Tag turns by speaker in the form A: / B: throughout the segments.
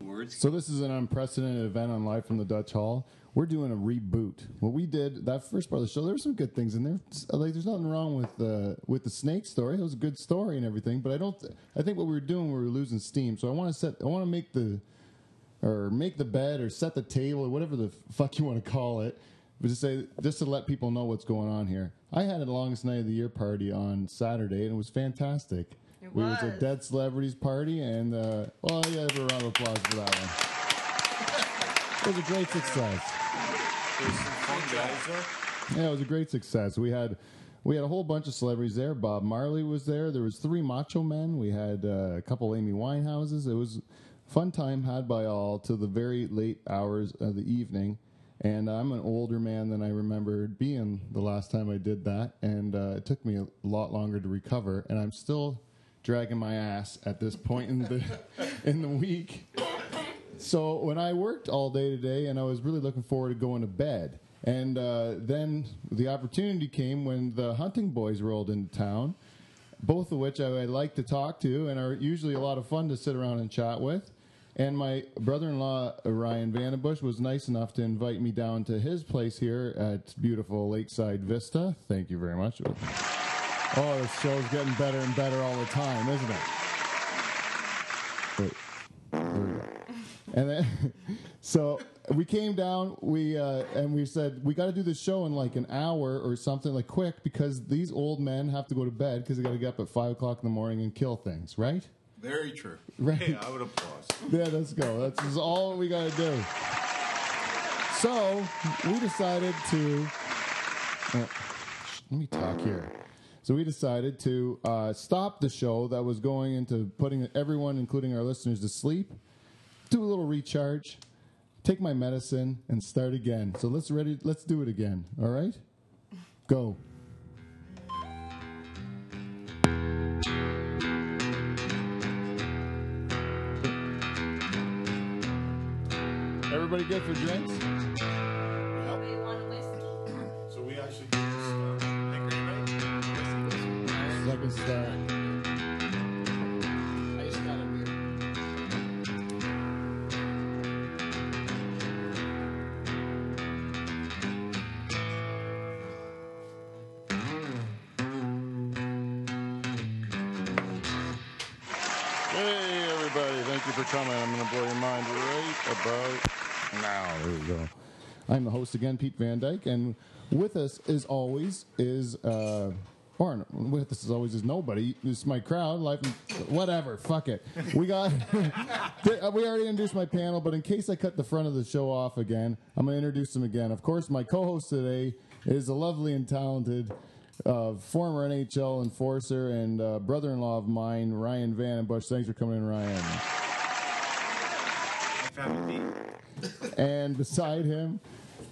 A: Words.
B: So this is an unprecedented event on Live from the Dutch Hall. We're doing a reboot. What we did that first part of the show, there were some good things in there. S- uh, Like, there's nothing wrong with the with the snake story. It was a good story and everything. But I don't. th- I think what we were doing, we were losing steam. So I want to set. I want to make the or make the bed or set the table or whatever the fuck you want to call it. But just say just to let people know what's going on here. I had a longest night of the year party on Saturday and it was fantastic.
C: It
B: we was a
C: was.
B: dead celebrities party and uh, well, yeah, give her a round of applause for that one. It was a great success.
A: There's some fun guys.
B: Yeah, it was a great success. We had we had a whole bunch of celebrities there. Bob Marley was there. There was three Macho Men. We had uh, a couple Amy Winehouses. It was a fun time had by all to the very late hours of the evening. And I'm an older man than I remembered being the last time I did that, and uh, it took me a lot longer to recover. And I'm still dragging my ass at this point in the in the week. So when I worked all day today, and I was really looking forward to going to bed, and uh, then the opportunity came when the hunting boys rolled into town, both of which I, I like to talk to and are usually a lot of fun to sit around and chat with. And my brother-in-law Ryan Vandenbush was nice enough to invite me down to his place here at beautiful Lakeside Vista. Thank you very much. Oh, this show's getting better and better all the time, isn't it? Wait. There we go. And then, so we came down, we uh, and we said we got to do this show in like an hour or something, like quick, because these old men have to go to bed because they got to get up at five o'clock in the morning and kill things, right?
D: Very true.
B: Right.
D: Hey, I would applaud.
B: Yeah, let's go. That's is all we got to do. So we decided to. uh, sh- let me talk here. So we decided to uh, stop the show that was going into putting everyone, including our listeners, to sleep. Do a little recharge, take my medicine, and start again. So let's ready. Let's do it again. All right, go. Everybody good for drinks?
C: We want whiskey.
D: So we actually did this. Uh,
B: Second start.
E: I just got a beer.
B: Hey, everybody. Thank you for coming. I'm going to blow your mind right about now. There we go. I'm the host again, Pete Van Dyke, and with us, as always, is. Uh, or n- with us as always is nobody. It's my crowd. Life, whatever. Fuck it. We got. uh, we already introduced my panel, but in case I cut the front of the show off again, I'm going to introduce them again. Of course, my co-host today is the lovely and talented uh, former NHL enforcer and uh, brother-in-law of mine, Ryan Vandenbush. Thanks for coming in, Ryan.
A: I found a beat.
B: And beside him,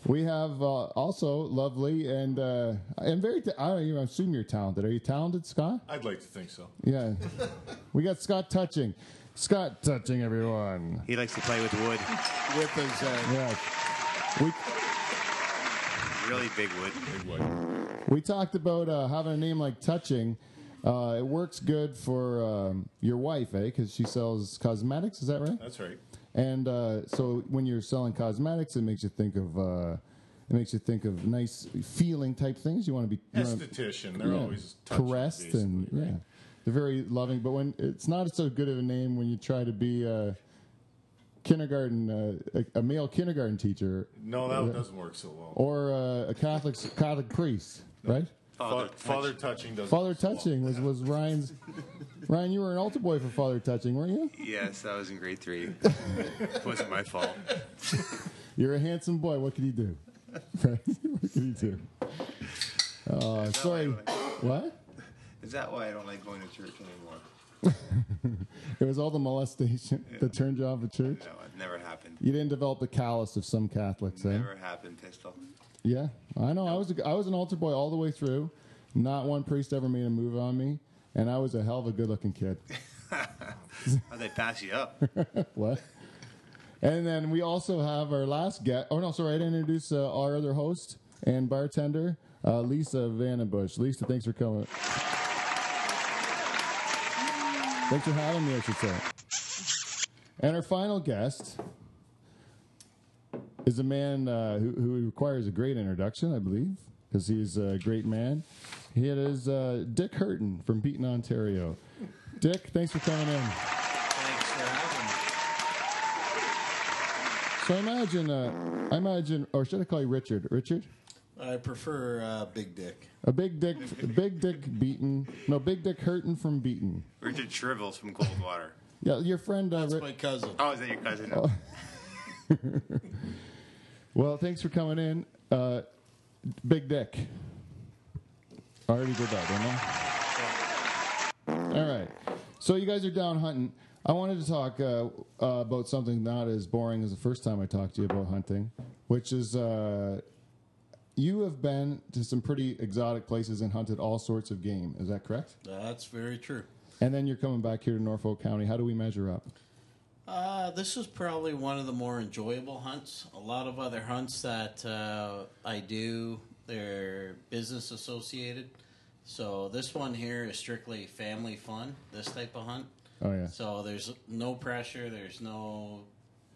B: we have uh, also lovely and uh, and very. Ta- I don't even assume you're talented. Are you talented, Scott?
D: I'd like to think so.
B: Yeah. we got Scott touching. Scott touching everyone.
A: He likes to play with wood,
E: With his uh,
B: Yes. We
A: really big wood.
B: we talked about uh, having a name like touching. Uh, it works good for um, your wife, eh? Because she sells cosmetics. Is that right?
D: That's right.
B: And uh, so when you're selling cosmetics, it makes you think of uh, it makes you think of nice feeling type things. You want to be you wanna-
D: Esthetician. They're
B: yeah,
D: always touching,
B: caressed and
D: basically,
B: yeah,
D: right?
B: they're very loving. But when it's not so good of a name when you try to be a kindergarten, uh, a, a male kindergarten teacher
D: No, that doesn't work so well.
B: or uh, a Catholic Catholic priest, right?
D: Father, father touching
B: Oh,
D: doesn't.
B: Father
D: work so well.
B: touching was was Ryan's. Ryan, you were an altar boy for father touching, weren't you?
A: Yes, I was in grade three. it wasn't my fault.
B: You're a handsome boy. What can he do? Right? what can he do? Uh, sorry. What?
F: Is that why I don't like going to church anymore?
B: It was all the molestation that turned you off of church.
F: No, it never happened.
B: You didn't develop the callus of some Catholics, eh?
F: Never happened, pistol.
B: Yeah, I know. I was a, I was an altar boy all the way through. Not one priest ever made a move on me, and I was a hell of a good-looking kid.
A: How'd they pass you up?
B: what? And then we also have our last guest. Oh no, sorry, I didn't introduce uh, our other host and bartender, uh, Lisa Vandenbush. Lisa, thanks for coming. Thanks for having me, I should say. And our final guest is a man uh, who, who requires a great introduction, I believe, because he's a great man. He is uh, Dick Hurton from Beaton, Ontario. Dick, thanks for coming in.
F: Thanks for having me.
B: So I imagine, uh, I imagine, or should I call you Richard? Richard,
E: I prefer uh, Big Dick.
B: a big dick, big dick Beaton. No, big dick Hurton from Beaton.
F: Richard Shrivels from Coldwater.
B: Yeah, your friend. Uh,
E: That's
B: Ri-
E: my cousin.
F: Oh, is that your cousin?
B: Well, thanks for coming in, uh, Big Dick. I already did that, didn't I? All right. So you guys are down hunting. I wanted to talk uh, uh, about something not as boring as the first time I talked to you about hunting, which is uh, you have been to some pretty exotic places and hunted all sorts of game. Is that correct?
E: That's very true.
B: And then you're coming back here to Norfolk County. How do we measure up?
E: Uh, this is probably one of the more enjoyable hunts. A lot of other hunts that uh, I do, they're business associated. So this one here is strictly family fun, this type of hunt.
B: Oh yeah.
E: So there's no pressure, there's no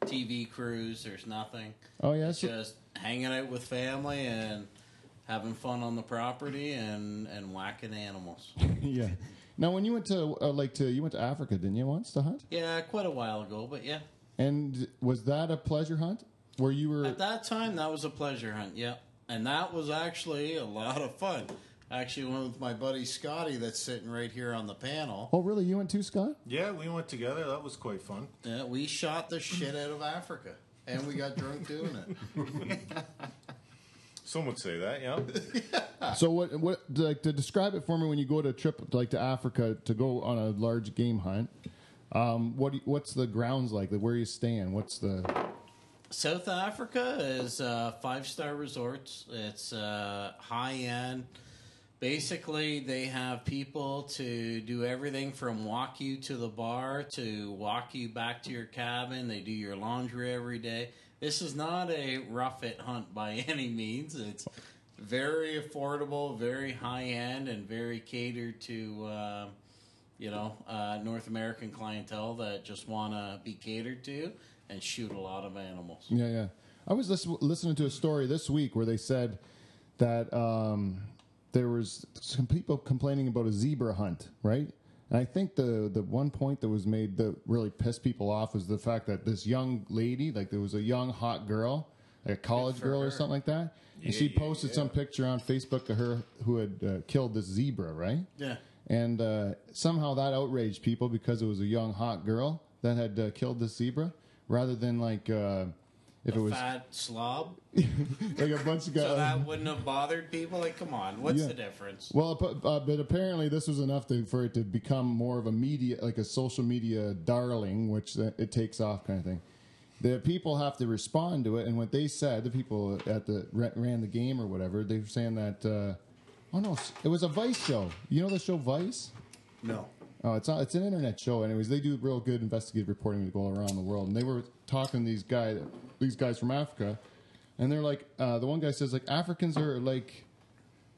E: TV crews, there's nothing.
B: Oh yeah.
E: It's
B: so-
E: just hanging out with family and having fun on the property and, and whacking animals.
B: yeah. Now, when you went to uh, like to you went to Africa, didn't you once to hunt?
E: Yeah, quite a while ago, but yeah.
B: And was that a pleasure hunt where you were?
E: At that time, that was a pleasure hunt, yep. And that was actually a lot of fun. I actually went with my buddy Scotty that's sitting right here on the panel.
B: Oh, really? You went too, Scott?
D: Yeah, we went together. That was quite fun.
E: Yeah, we shot the shit out of Africa. And we got drunk doing it.
D: Some would say that, yeah.
B: So what? What like to describe it for me when you go to a trip like to Africa to go on a large game hunt? Um, what do you- what's the grounds like? Like, Where are you staying? What's the
E: South Africa is uh, five star resorts. It's uh, high end. Basically, they have people to do everything from walk you to the bar to walk you back to your cabin. They do your laundry every day. This is not a rough it hunt by any means. It's very affordable, very high end, and very catered to. Uh, you know, uh, North American clientele that just want to be catered to and shoot a lot of animals.
B: yeah yeah? I was lis- listening to a story this week where they said that um, there was some people complaining about a zebra hunt, right? And I think the the one point that was made that really pissed people off was the fact that this young lady, like there was a young hot girl, like a college girl or something like that, and she posted some picture on Facebook of her who had uh, killed this zebra, right?
E: Yeah.
B: And uh, somehow that outraged people because it was a young hot girl that had uh, killed this zebra, rather than like uh, if it was
E: Fat slob.
B: like a bunch of guys.
E: So that wouldn't have bothered people. Like, come on, what's
B: Yeah.
E: the difference?
B: Well, ap- uh, but apparently this was enough to, for it to become more of a media, like a social media darling, which th- it takes off kind of thing. The people have to respond to it, and what they said, the people at the ra- ran the game or whatever, they were saying that. Uh, oh no, s- it was a Vice show. You know the show Vice?
F: no.
B: Oh, it's not, it's an internet show. Anyways, they do real good investigative reporting to go around the world. And they were talking to these guy, these guys from Africa, and they're like, uh, the one guy says like Africans are like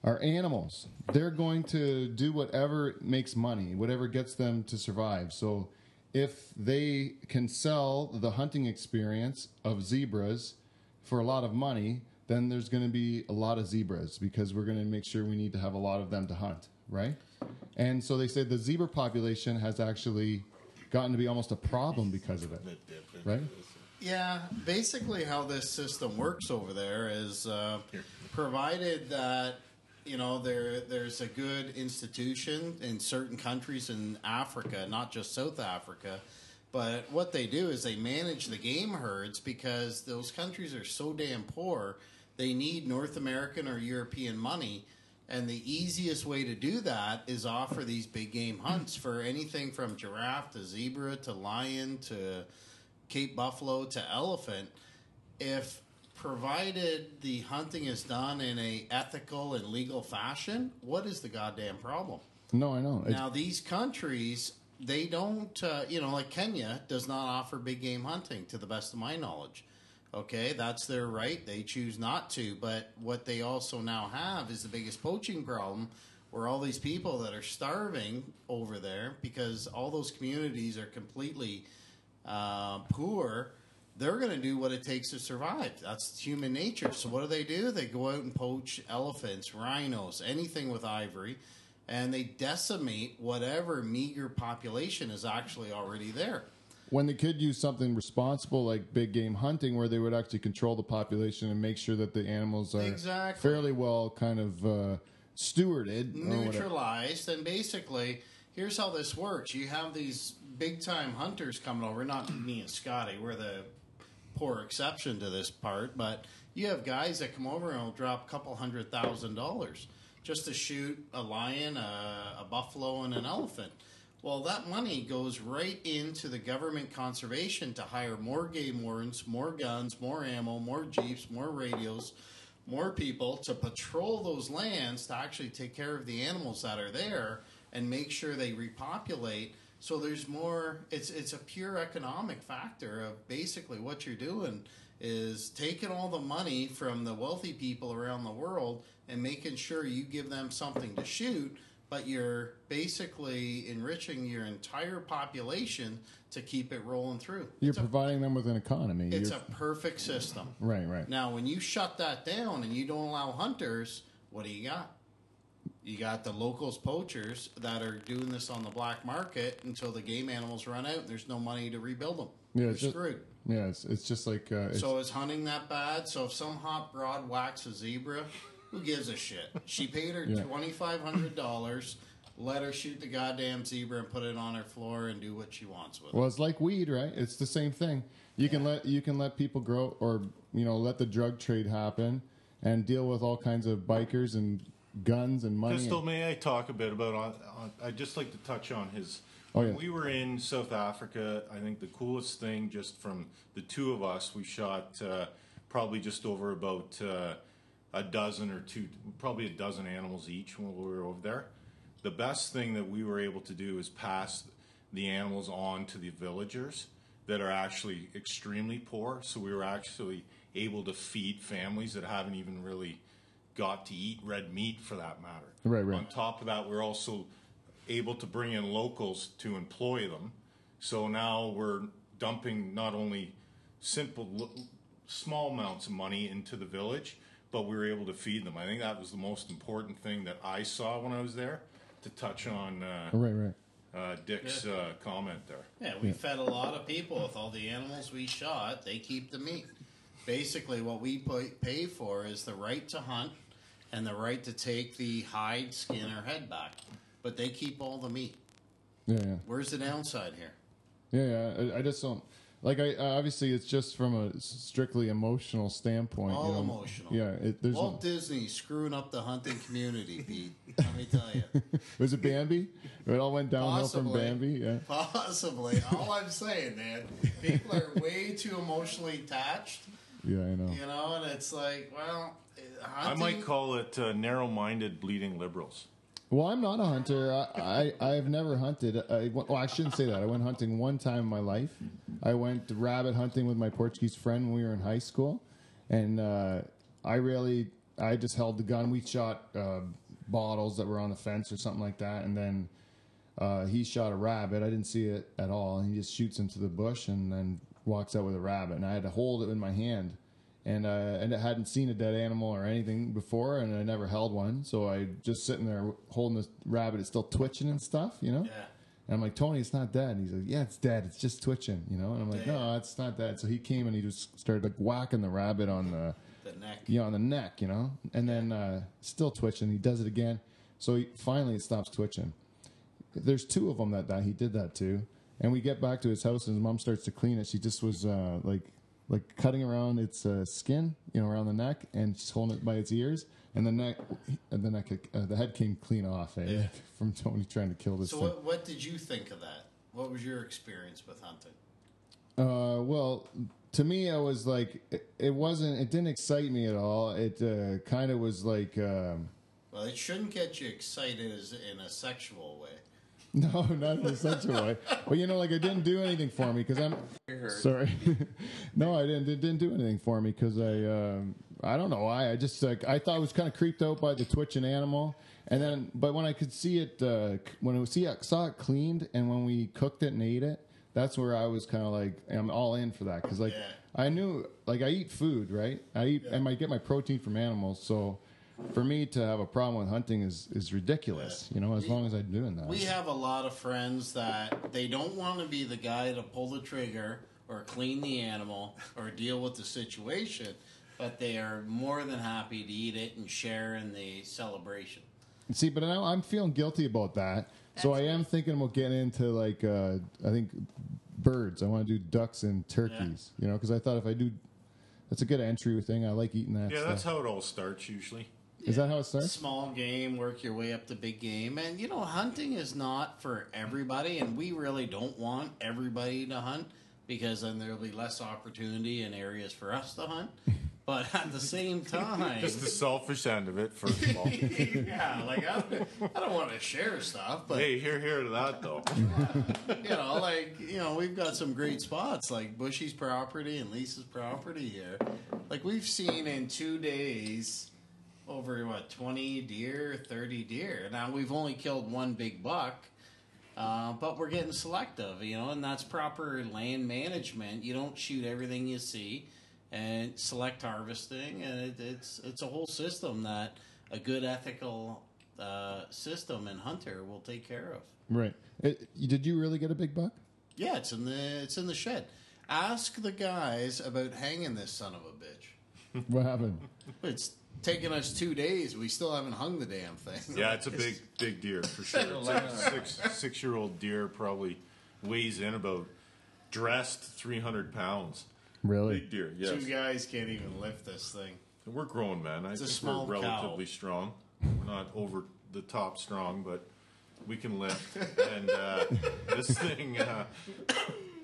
B: are animals. They're going to do whatever makes money, whatever gets them to survive. So if they can sell the hunting experience of zebras for a lot of money, then there's going to be a lot of zebras because we're going to make sure we need to have a lot of them to hunt, right? And so they say the zebra population has actually gotten to be almost a problem because of it, right?
E: Yeah, basically how this system works over there is uh, provided that you know there there's a good institution in certain countries in Africa, not just South Africa. But what they do is they manage the game herds because those countries are so damn poor. They need North American or European money, and the easiest way to do that is offer these big game hunts for anything from giraffe to zebra to lion to Cape Buffalo to elephant, if provided the hunting is done in a ethical and legal fashion, what is the goddamn problem?
B: No, I know. Oh, It's-
E: Now these countries, they don't, uh, you know, like Kenya does not offer big game hunting to the best of my knowledge. Okay, that's their right. They choose not to. But what they also now have is the biggest poaching problem where all these people that are starving over there because all those communities are completely uh, poor, they're going to do what it takes to survive. That's human nature. So what do they do? They go out and poach elephants, rhinos, anything with ivory, and they decimate whatever meager population is actually already there.
B: when they could use something responsible like big game hunting where they would actually control the population and make sure that the animals are
E: Exactly.
B: fairly well kind of uh, stewarded or whatever.
E: neutralized and basically here's how this works you have these big time hunters coming over not me and scotty we're the poor exception to this part but you have guys that come over and will drop a couple hundred thousand dollars just to shoot a lion a, a buffalo and an elephant well that money goes right into the government conservation to hire more game wardens more guns more ammo more jeeps more radios more people to patrol those lands to actually take care of the animals that are there and make sure they repopulate. So there's more. It's it's a pure economic factor of basically what you're doing is taking all the money from the wealthy people around the world and making sure you give them something to shoot, but you're basically enriching your entire population to keep it rolling through.
B: You're
E: it's a,
B: providing them with an economy.
E: it's
B: You're-
E: a perfect system.
B: right, right.
E: Now, when you shut that down and you don't allow hunters, what do you got? You got the locals poachers that are doing this on the black market until the game animals run out and there's no money to rebuild them.
B: Yeah,
E: You're
B: it's just-
E: screwed.
B: yeah, it's, it's just like uh, it's,
E: So is hunting that bad? So if some hot broad whacks a zebra, who gives a shit? She paid her
B: Yeah.
E: twenty five hundred dollars. Let her shoot the goddamn zebra and put it on her floor and do what she wants with it.
B: Well, it's like weed, right? It's the same thing. You can let you can let people grow, or you know, let the drug trade happen and deal with all kinds of bikers and guns and money.
D: Crystal, may I talk a bit about? On, on, I'd just like to touch on his.
B: Oh, yeah.
D: We were in South Africa. I think the coolest thing, just from the two of us, we shot uh, probably just over about uh, a dozen or two, probably a dozen animals each when we were over there. The best thing that we were able to do is pass the animals on to the villagers that are actually extremely poor. So we were actually able to feed families that haven't even really got to eat red meat for that matter.
B: Right, right.
D: On top of that, we're also able to bring in locals to employ them. So now we're dumping not only simple, l- small amounts of money into the village, but we were able to feed them. I think that was the most important thing that I saw when I was there. To touch on uh,
B: right, right.
D: uh, Dick's uh, comment there,
E: Yeah, we fed a lot of people with all the animals we shot. They keep the meat. Basically, what we pay- pay for is the right to hunt and the right to take the hide, skin, or head back. But they keep all the meat.
B: Yeah, yeah.
E: Where's the downside here?
B: Yeah, yeah. I, I just don't like. I I- obviously it's just from a strictly emotional standpoint.
E: All
B: you know?
E: emotional.
B: Oh, Yeah, it, there's
E: Walt
B: no,
E: Disney screwing up the hunting community, Pete. Let me tell you.
B: was it Bambi? It all went downhill from
E: Possibly.
B: Bambi. Yeah,
E: Possibly. All I'm saying, man, people are way too emotionally attached,
B: yeah, I know.
E: you know, and it's like, well,
D: I
E: hunting,
D: might call it uh, narrow-minded bleeding liberals.
B: Well, I'm not a hunter. I, I I've never hunted. I, well, I shouldn't say that. I went hunting one time in my life. I went rabbit hunting with my Portuguese friend when we were in high school, and uh, I really I just held the gun. We shot uh, bottles that were on the fence or something like that, and then uh, he shot a rabbit. I didn't see it at all. And he just shoots into the bush and then walks out with a rabbit. And I had to hold it in my hand. And, uh, and I hadn't seen a dead animal or anything before, and I never held one. So I just sitting there holding this rabbit. It's still twitching and stuff, you know?
E: Yeah.
B: And I'm like, Tony, it's not dead. And he's like, yeah, it's dead. It's just twitching, you know? And I'm like, no, it's not dead. So he came and he just started like whacking the rabbit on the
E: the neck.
B: you know, on the neck, you know, and then uh, still twitching. He does it again, so he, finally it stops twitching. There's two of them that that he did that to, and we get back to his house, and his mom starts to clean it. She just was uh, like like cutting around its uh, skin, you know, around the neck, and she's holding it by its ears, and the neck, and the neck, uh, the head came clean off eh, from Tony trying to kill this
E: So,
B: thing.
E: what, what did you think of that? What was your experience with hunting?
B: Uh, well, to me, I was like, it, it wasn't, it didn't excite me at all. It uh, kind of was like. Um,
E: Well, it shouldn't get you excited as in a sexual way.
B: No, not in a sexual way. But you know, like it didn't do anything for me because I'm sorry. no, I didn't. It didn't do anything for me because I, um, I don't know why. I just like I thought I was kind of creeped out by the twitching animal, and then but when I could see it, uh, c- when I see it, saw it cleaned, and when we cooked it and ate it, that's where I was kind of like, I'm all in for that because like
E: Yeah.
B: I knew like I eat food, right? I eat and I get my protein from animals, so. For me to have a problem with hunting is, is ridiculous, you know, as long as I'm doing that.
E: We have a lot of friends that they don't want to be the guy to pull the trigger or clean the animal or deal with the situation, but they are more than happy to eat it and share in the celebration.
B: See, but now I'm feeling guilty about that. so I
C: That's-
B: am thinking about getting into like uh, I think birds. I want to do ducks and turkeys. You know, because I thought if I do, that's a good entry thing. I like eating that.
D: Yeah,
B: stuff.
D: that's how it all starts usually.
B: Is that how it starts?
E: Small game, work your way up to big game. And, you know, hunting is not for everybody, and we really don't want everybody to hunt because then there'll be less opportunity in areas for us to hunt. But at the same time,
D: Just the selfish end of it, first of all.
E: yeah, like I, I don't want to share stuff, but
D: hey, here, here to that though.
E: you know, like you know, we've got some great spots like Bushy's property and Lisa's property here. Like we've seen in two days over what twenty deer, thirty deer. Now we've only killed one big buck, uh, but we're getting selective, you know, and that's proper land management. You don't shoot everything you see, and select harvesting, and it, it's it's a whole system that a good ethical uh, system and hunter will take care of.
B: Right. It, you- did you really get a big buck?
E: Yeah, it's in the it's in the shed. Ask the guys about hanging this son of a bitch.
B: What happened?
E: It's taken us two days. We still haven't hung the damn thing.
D: Yeah, it's a big, big deer for sure. It's a six, six-year-old deer probably weighs in about dressed 300 pounds. Big
B: Really?
D: deer, yes.
E: Two guys can't even lift this thing.
D: And We're grown men. I
E: a
D: think
E: small
D: we're
E: cow.
D: relatively strong. We're not over the top strong, but we can lift. And uh, this thing uh,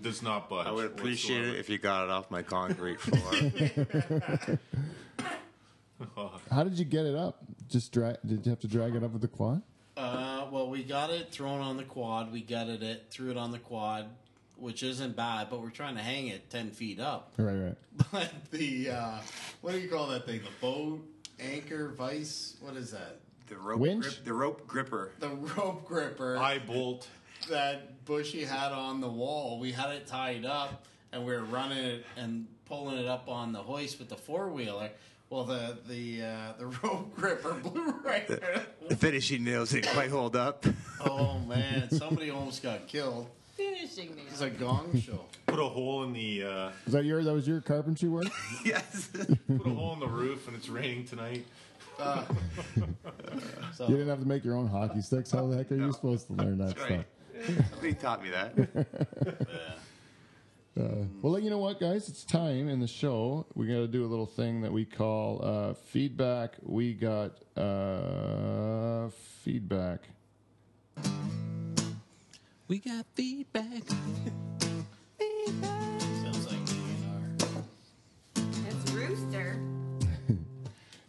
D: does not budge.
A: I would appreciate
D: whatsoever.
A: it if you got it off my concrete floor.
B: How did you get it up? Just drag? Did you have to drag it up with the quad?
E: Uh, well, we got it thrown on the quad. We gutted it, threw it on the quad, which isn't bad. But we're trying to hang it ten feet up.
B: Right, right.
E: But the uh, what do you call that thing? The boat anchor vice? What is that?
F: The rope
B: Winch?
F: grip, the rope gripper.
E: The rope gripper.
D: Eye bolt.
E: that Bushy had on the wall. We had it tied up, and we were running it and pulling it up on the hoist with the four wheeler. Well, the the uh, the rope gripper blew right. there.
A: the finishing nails didn't quite hold up.
E: oh man! Somebody almost got killed.
C: Finishing me.
E: It's a gong show.
D: Put a hole in the uh,
B: Is that your? That was your carpentry work?
A: yes.
D: put a hole in the roof, and it's raining tonight.
E: So
B: You didn't have to make your own hockey sticks. How the heck are you
A: No.
B: supposed to learn that
A: That's
B: stuff?
A: right. Somebody taught me that.
B: Well, you know what, guys? It's time in the show. We got to do a little thing that we call uh, feedback. We got uh, feedback.
G: We got feedback.
E: sounds like DNR.
C: It's Rooster.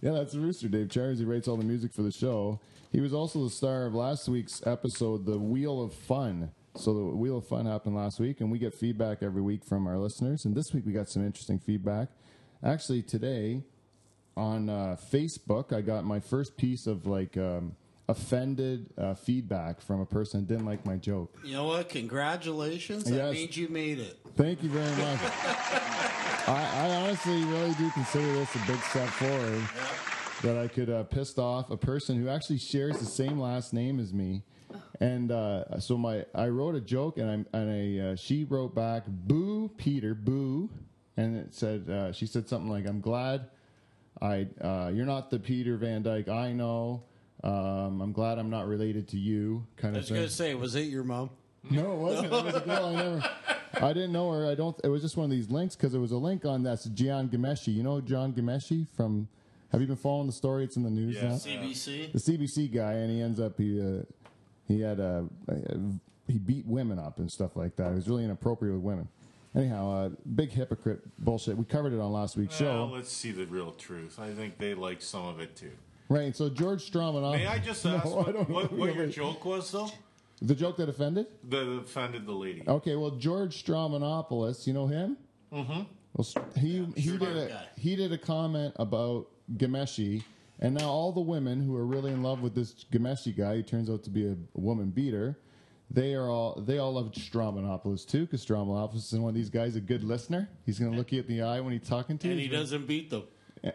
B: Yeah, that's the Rooster, Dave Charles. He writes all the music for the show. He was also the star of last week's episode, The Wheel of Fun. So, the Wheel of Fun happened last week, and we get feedback every week from our listeners. And this week, we got some interesting feedback. Actually, today, on uh, Facebook, I got my first piece of like um, offended uh, feedback from a person who didn't like my joke.
E: You know what? Congratulations! That
B: Yes.
E: means you made it.
B: Thank you very much. I, I honestly really do consider this a big step forward that I could uh, pissed off a person who actually shares the same last name as me. And uh, so my I wrote a joke and I and I, uh, she wrote back boo Peter boo and it said uh, she said something like I'm glad I uh, you're not the Peter Van Dyke I know um, I'm glad I'm not related to you kind
E: I
B: of
E: was
B: thing.
E: gonna say, was it your mom?
B: No, it wasn't. It was a girl I never. I didn't know her. I don't. It was just one of these links because it was a link on that's Gian Gameshi. You know John Gameshi from. Have you been following the story? It's in the news
D: Yes.
B: now.
E: CBC.
B: The CBC guy, and he ends up he uh, he had a, he beat women up and stuff like that. It was really inappropriate with women. Anyhow, uh, big hypocrite bullshit. We covered it on last week's
D: Well,
B: show,
D: let's see the real truth. I think they like some of it too.
B: right? So George Stromanoff.
D: May I just ask
B: I
D: what,
B: don't
D: what,
B: know.
D: what
B: Yeah,
D: your
B: wait.
D: joke was though?
B: the joke that offended?
D: That offended the lady.
B: Okay, well, George Stromanopoulos, you know him? Mm-hmm. Well, he he
E: sure
B: did
E: that
B: a,
E: guy.
B: he did a comment about Gameshi, and now all the women who are really in love with this Gameshi guy, who turns out to be a woman beater, They are all they all loved Stromanopoulos too, because Stromanopoulos is one of these guys a good listener. He's going to look you in the eye when he's talking to you.
H: and he
B: He's gonna-
H: doesn't beat them.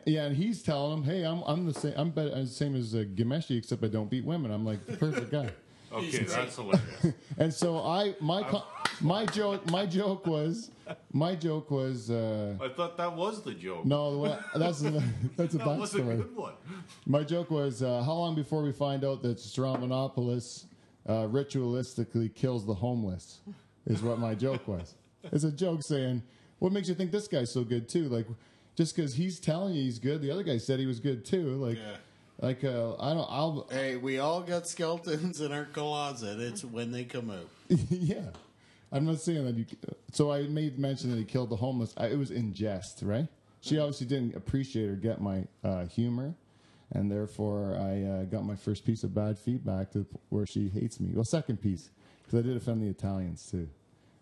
B: yeah, and he's telling him, "Hey, I'm I'm the same. I'm better, I'm the same as uh, Gameshi, except I don't beat women. I'm like the perfect guy."
D: Okay, that's hilarious.
B: And so I my co- my joke my joke was my joke was uh,
D: I thought that was the joke.
B: no the way- that's a, that's a
D: that was a
B: backstory.
D: good one.
B: My joke was uh, how long before we find out that Stromanopoulos uh, ritualistically kills the homeless is what my joke was. It's a joke saying what makes you think this guy's so good too? Like just because he's telling you he's good, the other guy said he was good too. Like
E: Yeah.
B: like uh, I don't I'll
E: Hey, we all got skeletons in our closet. It's when they come out.
B: yeah. I'm not saying that you. So I made mention that he killed the homeless. I, it was in jest, right? She obviously didn't appreciate or get my uh, humor, and therefore I uh, got my first piece of bad feedback to where she hates me. Well, second piece because I did offend the Italians too.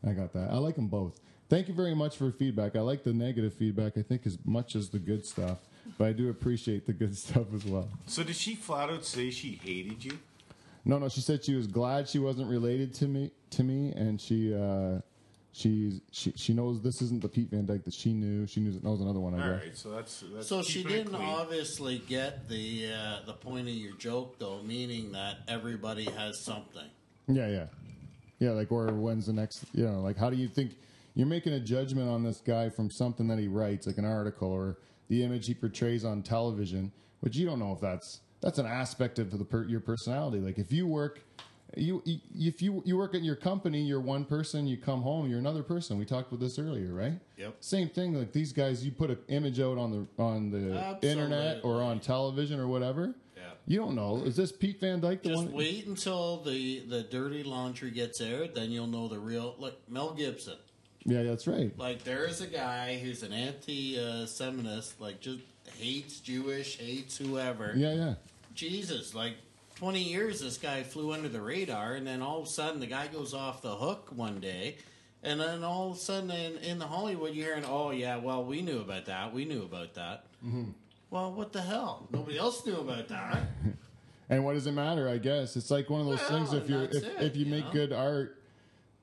B: I got that. I like them both. Thank you very much for feedback. I like the negative feedback. I think as much as the good stuff, but I do appreciate the good stuff as well.
D: So did she flat out say she hated you?
B: No, no. She said she was glad she wasn't related to me. To me, and she, uh, she's she she knows this isn't the Pete Van Dyke that she knew. She knows knows another one. I
D: All
B: guess.
D: right, so that's, that's
E: So she
D: keeping it
E: didn't
D: clean.
E: obviously get the uh, the point of your joke though, meaning that everybody has something.
B: Yeah, yeah, yeah. Like, or when's the next? You know, like, how do you think you're making a judgment on this guy from something that he writes, like an article or the image he portrays on television, which you don't know if that's that's an aspect of the per, your personality. Like, if you work. You, you if you you work at your company, you're one person. You come home, you're another person. We talked about this earlier, right?
E: Yep.
B: Same thing. Like these guys, you put an image out on the on the internet or on television or whatever.
E: Yeah.
B: You don't know. Is this Pete Van Dyke the
E: Just
B: one?
E: wait until the the dirty laundry gets aired, then you'll know the real. Look, Mel Gibson.
B: Yeah, that's right.
E: Like there is a guy who's an anti-Semitist, like just hates Jewish, hates whoever.
B: Yeah, yeah.
E: Jesus, like 20 years this guy flew under the radar, and then all of a sudden the guy goes off the hook one day. And then all of a sudden in, in the Hollywood, you're hearing, oh, yeah, well, we knew about that. We knew about that. Well, what the hell? Nobody else knew about that.
B: And what does it matter? I guess it's like one of those
E: Well,
B: things. If
E: and
B: you if,
E: that's it,
B: if you,
E: you
B: make
E: know?
B: good art,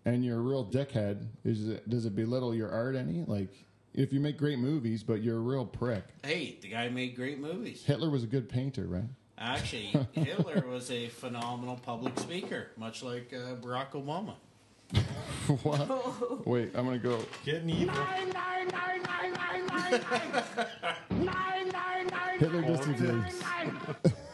B: and you're a real dickhead, is it, does it belittle your art any? Like if you make great movies, but you're a real prick.
E: Hey, the guy made great movies.
B: Hitler was a good painter, right?
E: Actually, Hitler was a phenomenal public speaker, much like uh, Barack Obama.
B: what? Wait, I'm gonna go.
D: Getting evil.
B: Hitler disagrees.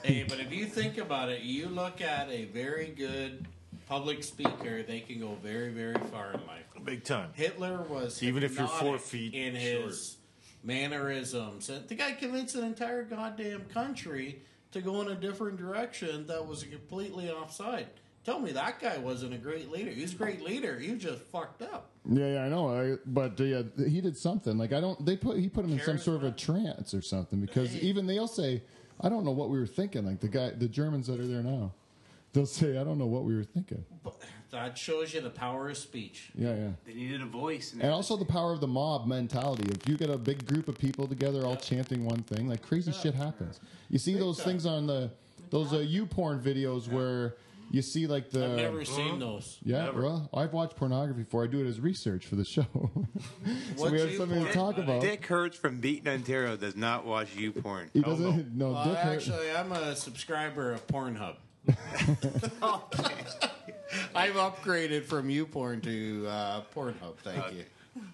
E: Hey, but if you think about it, you look at a very good public speaker, they can go very, very far in life.
D: Big time.
E: Hitler was
D: Even if you're four
E: hypnotic
D: feet
E: in his mannerisms. And the guy convinced an entire goddamn country to go in a different direction that was completely offside. Tell me that guy wasn't a great leader. He was a great leader. He was just fucked up.
B: Yeah, yeah, I know. I, but uh, yeah, he did something. Like I don't. They put he put him in some sort of a trance or something because even they'll say, I don't know what we were thinking. Like the guy, the Germans that are there now, they'll say, I don't know what we were thinking.
E: But that shows you the power of speech.
B: Yeah, yeah.
F: They needed a voice.
B: And also the power of the mob mentality. If you get a big group of people together all chanting one thing, like crazy shit happens. You see those things on the those uh, U porn videos where you see like the
E: I've never seen those.
B: yeah, well, I've watched pornography before. I do it as research for the show. so we have something to talk about.
F: Dick Hurts from Beaton, Ontario does not watch you porn.
B: He doesn't. No,
E: Well,
B: Dick. Hur-
E: actually, I'm a subscriber of Pornhub. I've upgraded from YouPorn to uh, Pornhub. Thank you.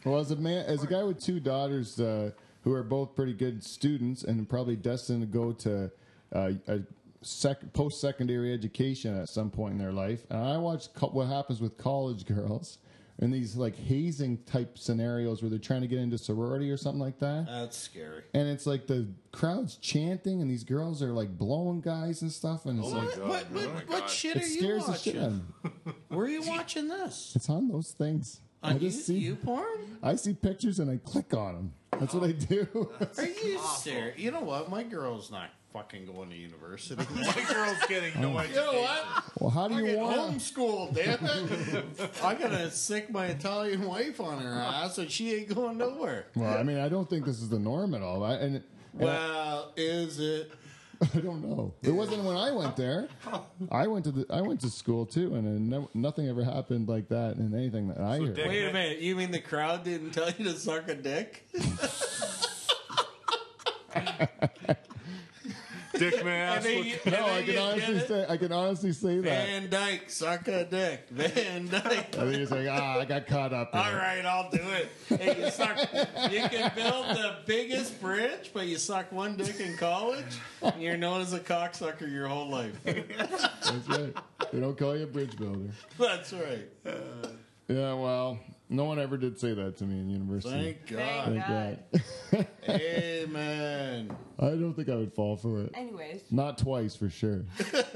B: Well, as a man, as a guy with two daughters uh, who are both pretty good students and probably destined to go to uh, a sec- post-secondary education at some point in their life, and I watch co- what happens with college girls and these like hazing type scenarios where they're trying to get into sorority or something like that.
E: That's scary.
B: and it's like the crowd's chanting, and these girls are like blowing guys and stuff, and it's
D: my
B: like
D: God,
E: What,
D: no.
E: what, what shit
B: it
E: are you
B: scares the
E: watching?
B: shit out of me.
E: Were you watching this?
B: It's on those things. I
E: On you,
B: just see
E: you porn?
B: I see pictures and I click on them. That's what I do.
E: Are you serious? You know what? My girl's not fucking going to university.
D: My girl's getting
B: Oh.
D: no
E: you
D: education.
E: know what?
B: Well, how do
E: Fucking
B: you want?
E: homeschool, damn it! I gotta sick my Italian wife on her ass, and she ain't going nowhere.
B: Well, I mean, I don't think this is the norm at all. I, and and I-
E: Well, is it?
B: I don't know. It wasn't when I went there. I went to the, I went to school too, and it never, nothing ever happened like that in anything that I heard.
D: Dick-
E: Wait a minute. You mean the crowd didn't tell you to suck a dick?
D: Dick
E: I
D: Mass.
E: mean,
D: what-
E: and
B: No,
E: then
B: I can
E: you
B: honestly
E: get it.
B: say I can honestly say that.
E: Van Dyke, suck a dick. Van Dyke.
B: I think it's like ah, I got caught up. In
E: All
B: it.
E: right, I'll do it. Hey, you, suck, you can build the biggest bridge, but you suck one dick in college, and you're known as a cocksucker your whole life.
B: That's right. They don't call you a bridge builder.
E: That's right.
B: Yeah, well, no one ever did say that to me in university.
E: Thank
C: Thank
E: God.
C: God.
B: that.
E: Amen.
B: I don't think I would fall for it.
C: Anyways,
B: Not twice for sure.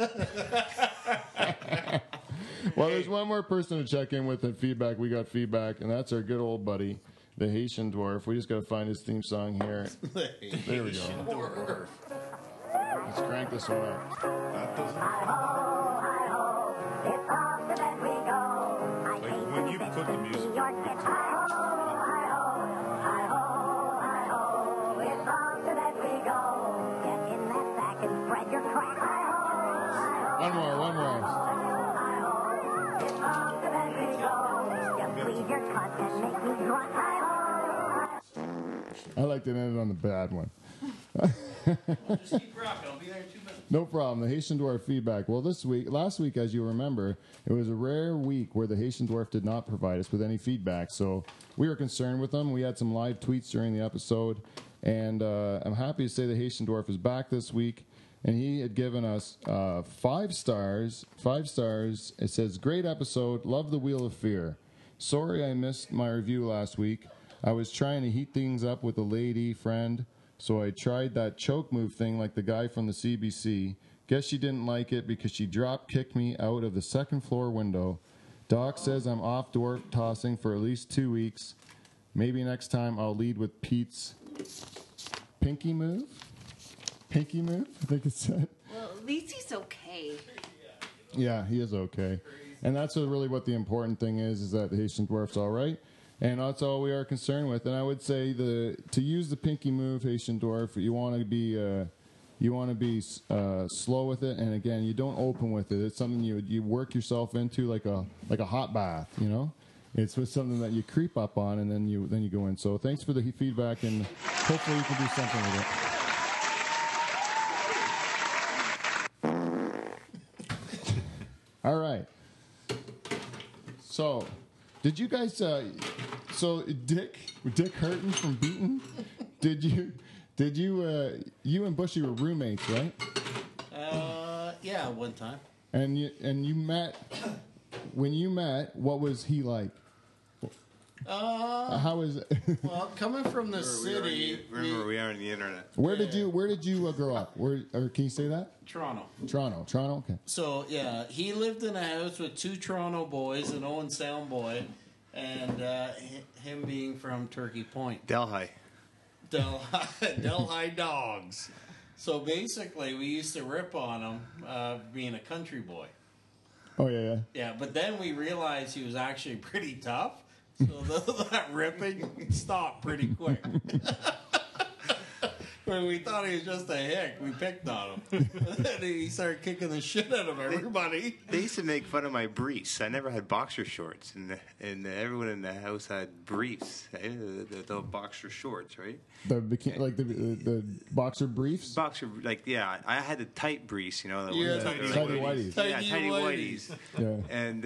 B: well, there's one more person to check in with and feedback. We got feedback, and that's our good old buddy, the Haitian dwarf. We just got to find his theme song here. There we go. Let's crank this one up.
D: Like when you put the music
B: One more, one more. I like to end it on the bad one.
E: Just keep rocking. I'll be there in two minutes.
B: No problem. The Haitian Dwarf feedback. Well, this week, last week, as you remember, it was a rare week where the Haitian Dwarf did not provide us with any feedback. So we were concerned with them. We had some live tweets during the episode. And uh, I'm happy to say the Haitian Dwarf is back this week. And he had given us uh, five stars. Five stars. It says, Great episode. Love the Wheel of Fear. Sorry I missed my review last week. I was trying to heat things up with a lady friend, so I tried that choke move thing like the guy from the CBC. Guess she didn't like it because she drop kicked me out of the second floor window. Doc says I'm off dwarf tossing for at least two weeks. Maybe next time I'll lead with Pete's pinky move. Pinky move, I think it said.
C: well, at least he's okay.
B: Yeah, he is okay. And that's what- really what the important thing is, is that the Haitian dwarf's all right. And that's all we are concerned with. And I would say the to use the pinky move, Haitian dwarf, you want to be uh, you want to be uh, slow with it. And again, you don't open with it. It's something you you work yourself into like a like a hot bath. You know, it's with something that you creep up on, and then you then you go in. So thanks for the he- feedback, and hopefully you can do something with it. All right. So, did you guys? Uh, so Dick, Dick Hurton from Beaton. Did you? Did you? Uh, you and Bushy were roommates, right?
E: Uh, yeah, one time.
B: And you and you met. When you met, what was he like? Uh, How was?
I: Well, coming from the
F: We are on the-
I: city,
F: remember, we are on the internet.
B: where did you? Where did you uh, grow up? Where? Or can you say that?
E: Toronto.
B: Toronto. Toronto. Okay.
E: So yeah, he lived in a house with two Toronto boys, an Owen Sound boy, and uh, hi- him being from Turkey Point.
F: Delhi.
E: Delhi, Delhi dogs. So basically, we used to rip on him uh, being a country boy.
B: Oh yeah. yeah.
E: Yeah, but then we realized he was actually pretty tough. So th- that ripping stopped pretty quick. when we thought he was just a hick, we picked on him. then he started kicking the shit out of everybody.
F: They used to make fun of my briefs. I never had boxer shorts, and and everyone in the house had briefs. eh, The, the, the boxer shorts, right?
B: The bikin- like the, the the boxer briefs.
F: Boxer, like yeah, I had the tight briefs, you know. The
E: Yeah,
F: ones that
E: tighty
F: were like-
B: Tidy whities.
F: yeah,
E: Tighty
F: tighty
E: whities.
F: whities,
B: Yeah.
F: and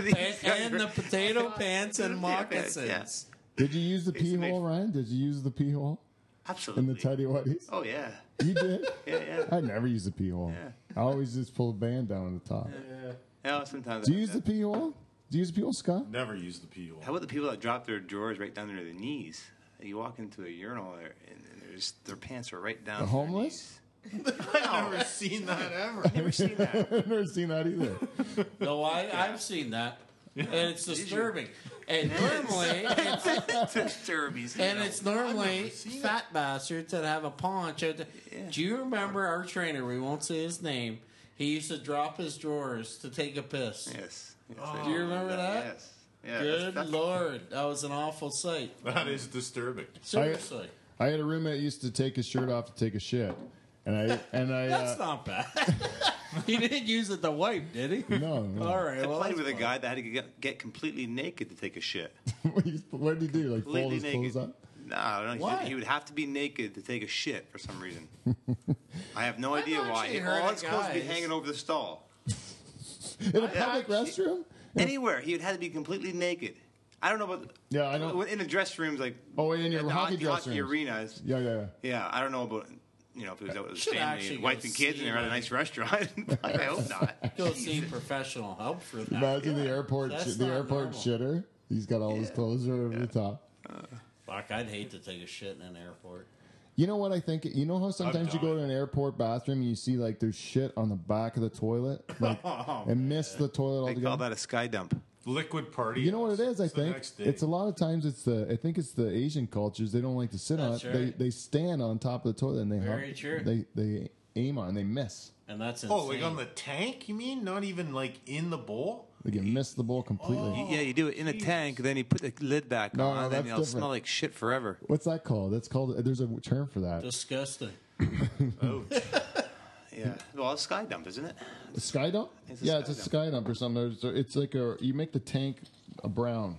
E: And, and the potato pants and moccasins.
B: Did you use the
F: It's
B: pee
F: made-
B: hole, Ryan? Did you use the pee hole in
F: absolutely.
B: the tidy whities?
F: oh yeah,
B: You did?
F: yeah, yeah.
B: I never use the pee hole. I always just pull a band down on the top.
F: No, sometimes.
B: Do
F: I-
B: you use the pee hole? Do you use the pee hole, Scott?
D: Never use the pee hole.
F: How about the people that drop their drawers right down to their knees? You walk into a urinal there, and and there's their pants are right down.
B: The
F: to their
B: homeless?
F: knees.
D: Never seen that ever.
F: No, never seen that.
B: I've never seen that either.
E: No, I, I've seen that. And it's disturbing. And normally, it's
F: Disturbing.
E: And it's normally fat bastards that have a paunch. At the, Do you remember our trainer? We won't say his name. He used to drop his drawers to take a piss.
F: Yes. yes
E: Oh, Do you remember that?
F: Yes. Yeah,
E: Good
F: that's- that's-
E: lord, that was an awful sight.
D: That is disturbing.
E: Seriously.
B: I had a roommate used to take his shirt off to take a shit. And I and I
E: That's
B: uh,
E: not bad. he didn't use it to wipe, did he?
B: no, no.
E: All right. Well,
F: Played
E: that's
F: with a guy that had to get, get completely naked to take a shit.
B: what did he do? Like fold
F: Completely
B: his clothes
F: naked.
B: up?
F: No, no, he-
E: Why?
F: he would have to be naked to take a shit for some reason. I have no idea
J: actually
F: why. He-
J: heard
F: All
J: of
F: his clothes would be
J: guys-
F: hanging over the stall.
B: In a public
F: actually-
B: restroom?
F: Anywhere. He would have to be completely naked. I don't know about.
B: Yeah, I don't-
F: In the dress rooms, like.
B: Oh, in your
F: at the
B: hockey
F: hockey,
B: dress
F: hockey
B: rooms.
F: arenas.
B: Yeah, yeah, yeah.
F: Yeah, I don't know about you know if it was out with
E: Should
F: his
E: actually
F: family,
E: go
F: and wife and kids,
E: see,
F: and they're at a
E: like-
F: nice restaurant. like, I hope not.
E: Go see professional help for that.
B: Imagine the airport,
E: That's
B: sh- the
E: not
B: airport
E: normal.
B: shitter. He's got all his clothes right over the top.
E: Fuck, I'd hate to take a shit in an airport.
B: You know what I think? You know how sometimes you
D: done
B: go to an airport bathroom and you see like there's shit on the back of the toilet, like, and miss the toilet
F: They call
B: altogether.
F: that a sky dump.
D: Liquid party.
B: You know what it is? I
D: It's the
B: think
D: next day.
B: it's a lot of times it's the I think it's the Asian cultures they don't like to sit
E: That's
B: on it.
E: right.
B: They they stand on top of the toilet and they
E: Very
B: hump-
E: true.
B: they they aim on and they miss.
E: And that's insane.
D: Oh, like on the tank? You mean not even like in the bowl?
B: They can miss the bowl completely.
F: yeah, you do it in a tank, then you put the lid back
B: No,
F: on,
B: no,
F: and
B: that's
F: then it'll
B: different.
F: smell like shit forever.
B: What's that called? That's called. There's a term for that.
E: Disgusting.
D: Oh,
F: Yeah, well, it's sky dump, isn't it?
B: A sky dump?
F: It's a
B: yeah,
F: sky
B: it's a
F: dump.
B: sky dump or something. There's- It's like a you make the tank a brown,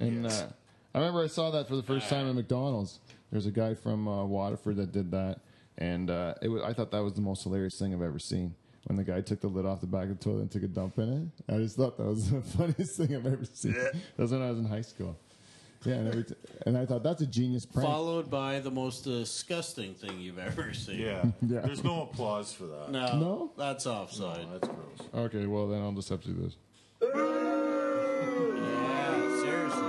B: and uh, I remember I saw that for the first time at McDonald's. There's a guy from uh, Waterford that did that, and uh, it was, I thought that was the most hilarious thing I've ever seen. When the guy took the lid off the back of the toilet and took a dump in it, I just thought that was the funniest thing I've ever seen. That was when I was in high school. Yeah, and, every t- and I thought that's a genius prank.
E: Followed by the most disgusting thing you've ever seen.
D: yeah.
B: Yeah.
D: There's no applause for that. Oh,
E: No,
B: No?
E: that's offside.
D: that's gross.
B: Okay, well then I'll just have to do this.
E: Yeah, seriously,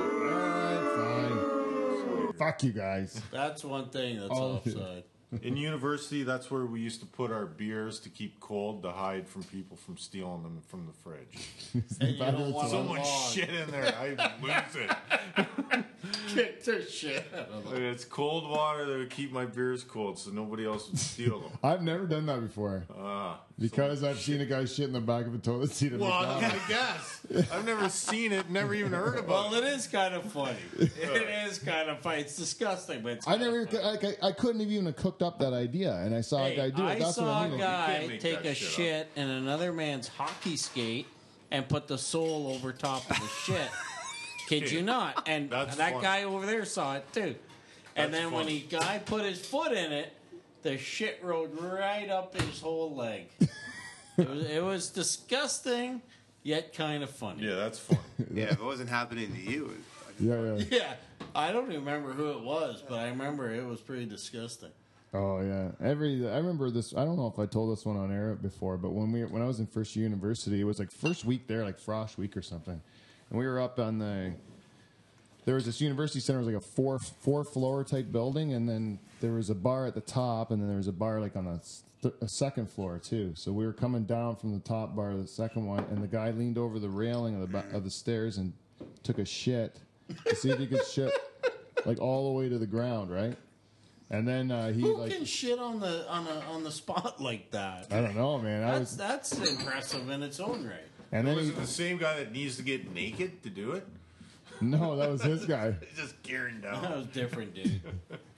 B: All right, fine. Fuck you guys.
E: that's one thing that's
B: Oh.
E: offside.
D: In university, that's where we used to put our beers to keep cold to hide from people from stealing them from the fridge.
E: And you
B: Back
E: don't
B: of the toilet.
E: want
D: So much
E: Long.
D: shit in there, I lose it.
E: Get the shit.
D: Like, it's cold water that would keep my beers cold, so nobody else would steal them.
B: I've never done that before
D: Ah.
B: because I've seen a guy shit in the back of a toilet seat. At McDonald's.
D: guess I've never seen it, never even heard about
E: Well, it is kind of funny. It is kind of funny. It's disgusting, but it's
B: I never, like, I, I couldn't have even cooked up that idea, and I saw
E: Hey,
B: a guy do it.
E: I
B: That's what
E: saw
B: I
E: a
B: needed.
D: can't
E: guy
D: make
E: take
D: that
E: a
D: shit up.
E: shit in another man's hockey skate and put the sole over top of the shit. Kid you not? And
D: That's
E: that
D: funny.
E: guy over there saw it too. And
D: That's
E: then when
D: funny.
E: he guy put his foot in it, the shit rode right up his whole leg. it, was, it was disgusting, yet kind of funny.
D: Yeah, that's fun.
F: Yeah, if it wasn't happening to you,
B: Yeah, yeah.
E: Yeah, I don't even remember who it was, but I remember it was pretty disgusting.
B: Oh yeah. Every I remember this. I don't know if I told this one on air before, but when we when I was in first year university, it was like first week there, like frosh week or something, and we were up on the. There was this university center, it was like a four four floor type building, and then there was a bar at the top, and then there was a bar like on the s- th- a second floor too. So we were coming down from the top bar to the second one, and the guy leaned over the railing of the ba- of the stairs and took a shit to see if he could shit like all the way to the ground, right? And then uh, he
E: Who
B: like
E: can shit on the on a on the spot like that?
B: I don't know, man. I
E: That's
B: was,
E: that's impressive in its own right.
B: and then
D: Was
B: he,
D: it the same guy that needs to get naked to do it?
B: no, that was his guy.
D: It's just gearing
E: That
D: down.
E: was different, dude.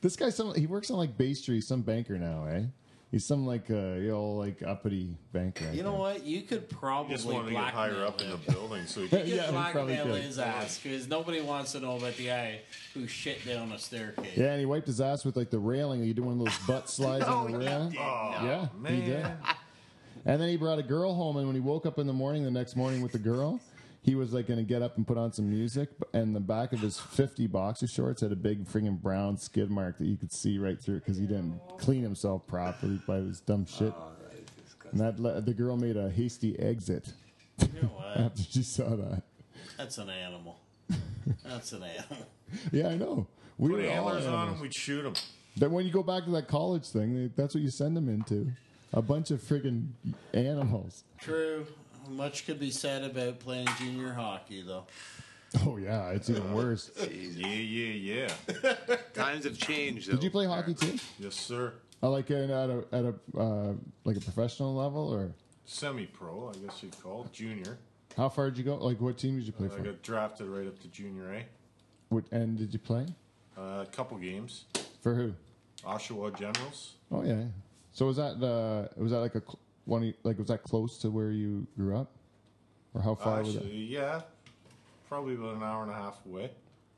B: This guy, some he works on like Bay Street, some banker now, eh? He's some like uh, you know, like uppity banker. I
E: You know
B: think.
E: what? You could probably
D: Just wanted to get
E: blackmail
D: higher up in the
E: him.
D: building so he
B: Yeah,
D: could
E: You could
B: yeah, he probably
E: blackmail
B: could.
E: his ass because nobody wants to know about the guy who shit down a staircase.
B: Yeah, and he wiped his ass with like the railing. He did one of those butt slides on the rail. yeah, he did.
D: Oh, man.
B: And then he brought a girl home, and when he woke up in the morning, the next morning with the girl, he was like going to get up and put on some music, b- and the back of his 50 boxer shorts had a big friggin' brown skid mark that you could see right through because he didn't clean himself properly by his dumb
D: Oh,
B: shit. and that le- the girl made a hasty exit
E: You know what?
B: after she saw that.
E: That's an animal. That's an animal.
B: Yeah, I know. We
D: Put
B: were all
D: antlers on him,
B: animals.
D: we'd shoot him.
B: Then when you go back to that college thing, they, that's what you send them into. A bunch of friggin' animals.
E: True. Much could be said about playing junior hockey, though.
B: Oh yeah, it's even worse.
D: Yeah, yeah, yeah.
F: times have changed.
B: Did you play hockey too?
D: Yes, sir.
B: Uh, like in, at a at a uh, like a professional level, or
D: Semi-pro, I guess you'd call it. Junior.
B: how far did you go? Like what team did you play
D: I
B: for?
D: got drafted right up to junior A.
B: What and did you play
D: Uh, a couple games.
B: for who?
D: Oshawa Generals.
B: Oh yeah, So was that uh, was that like a cl- one of you- like was that close to where you grew up, or how far was
D: Actually,
B: it?
D: yeah, probably about an hour and a half away.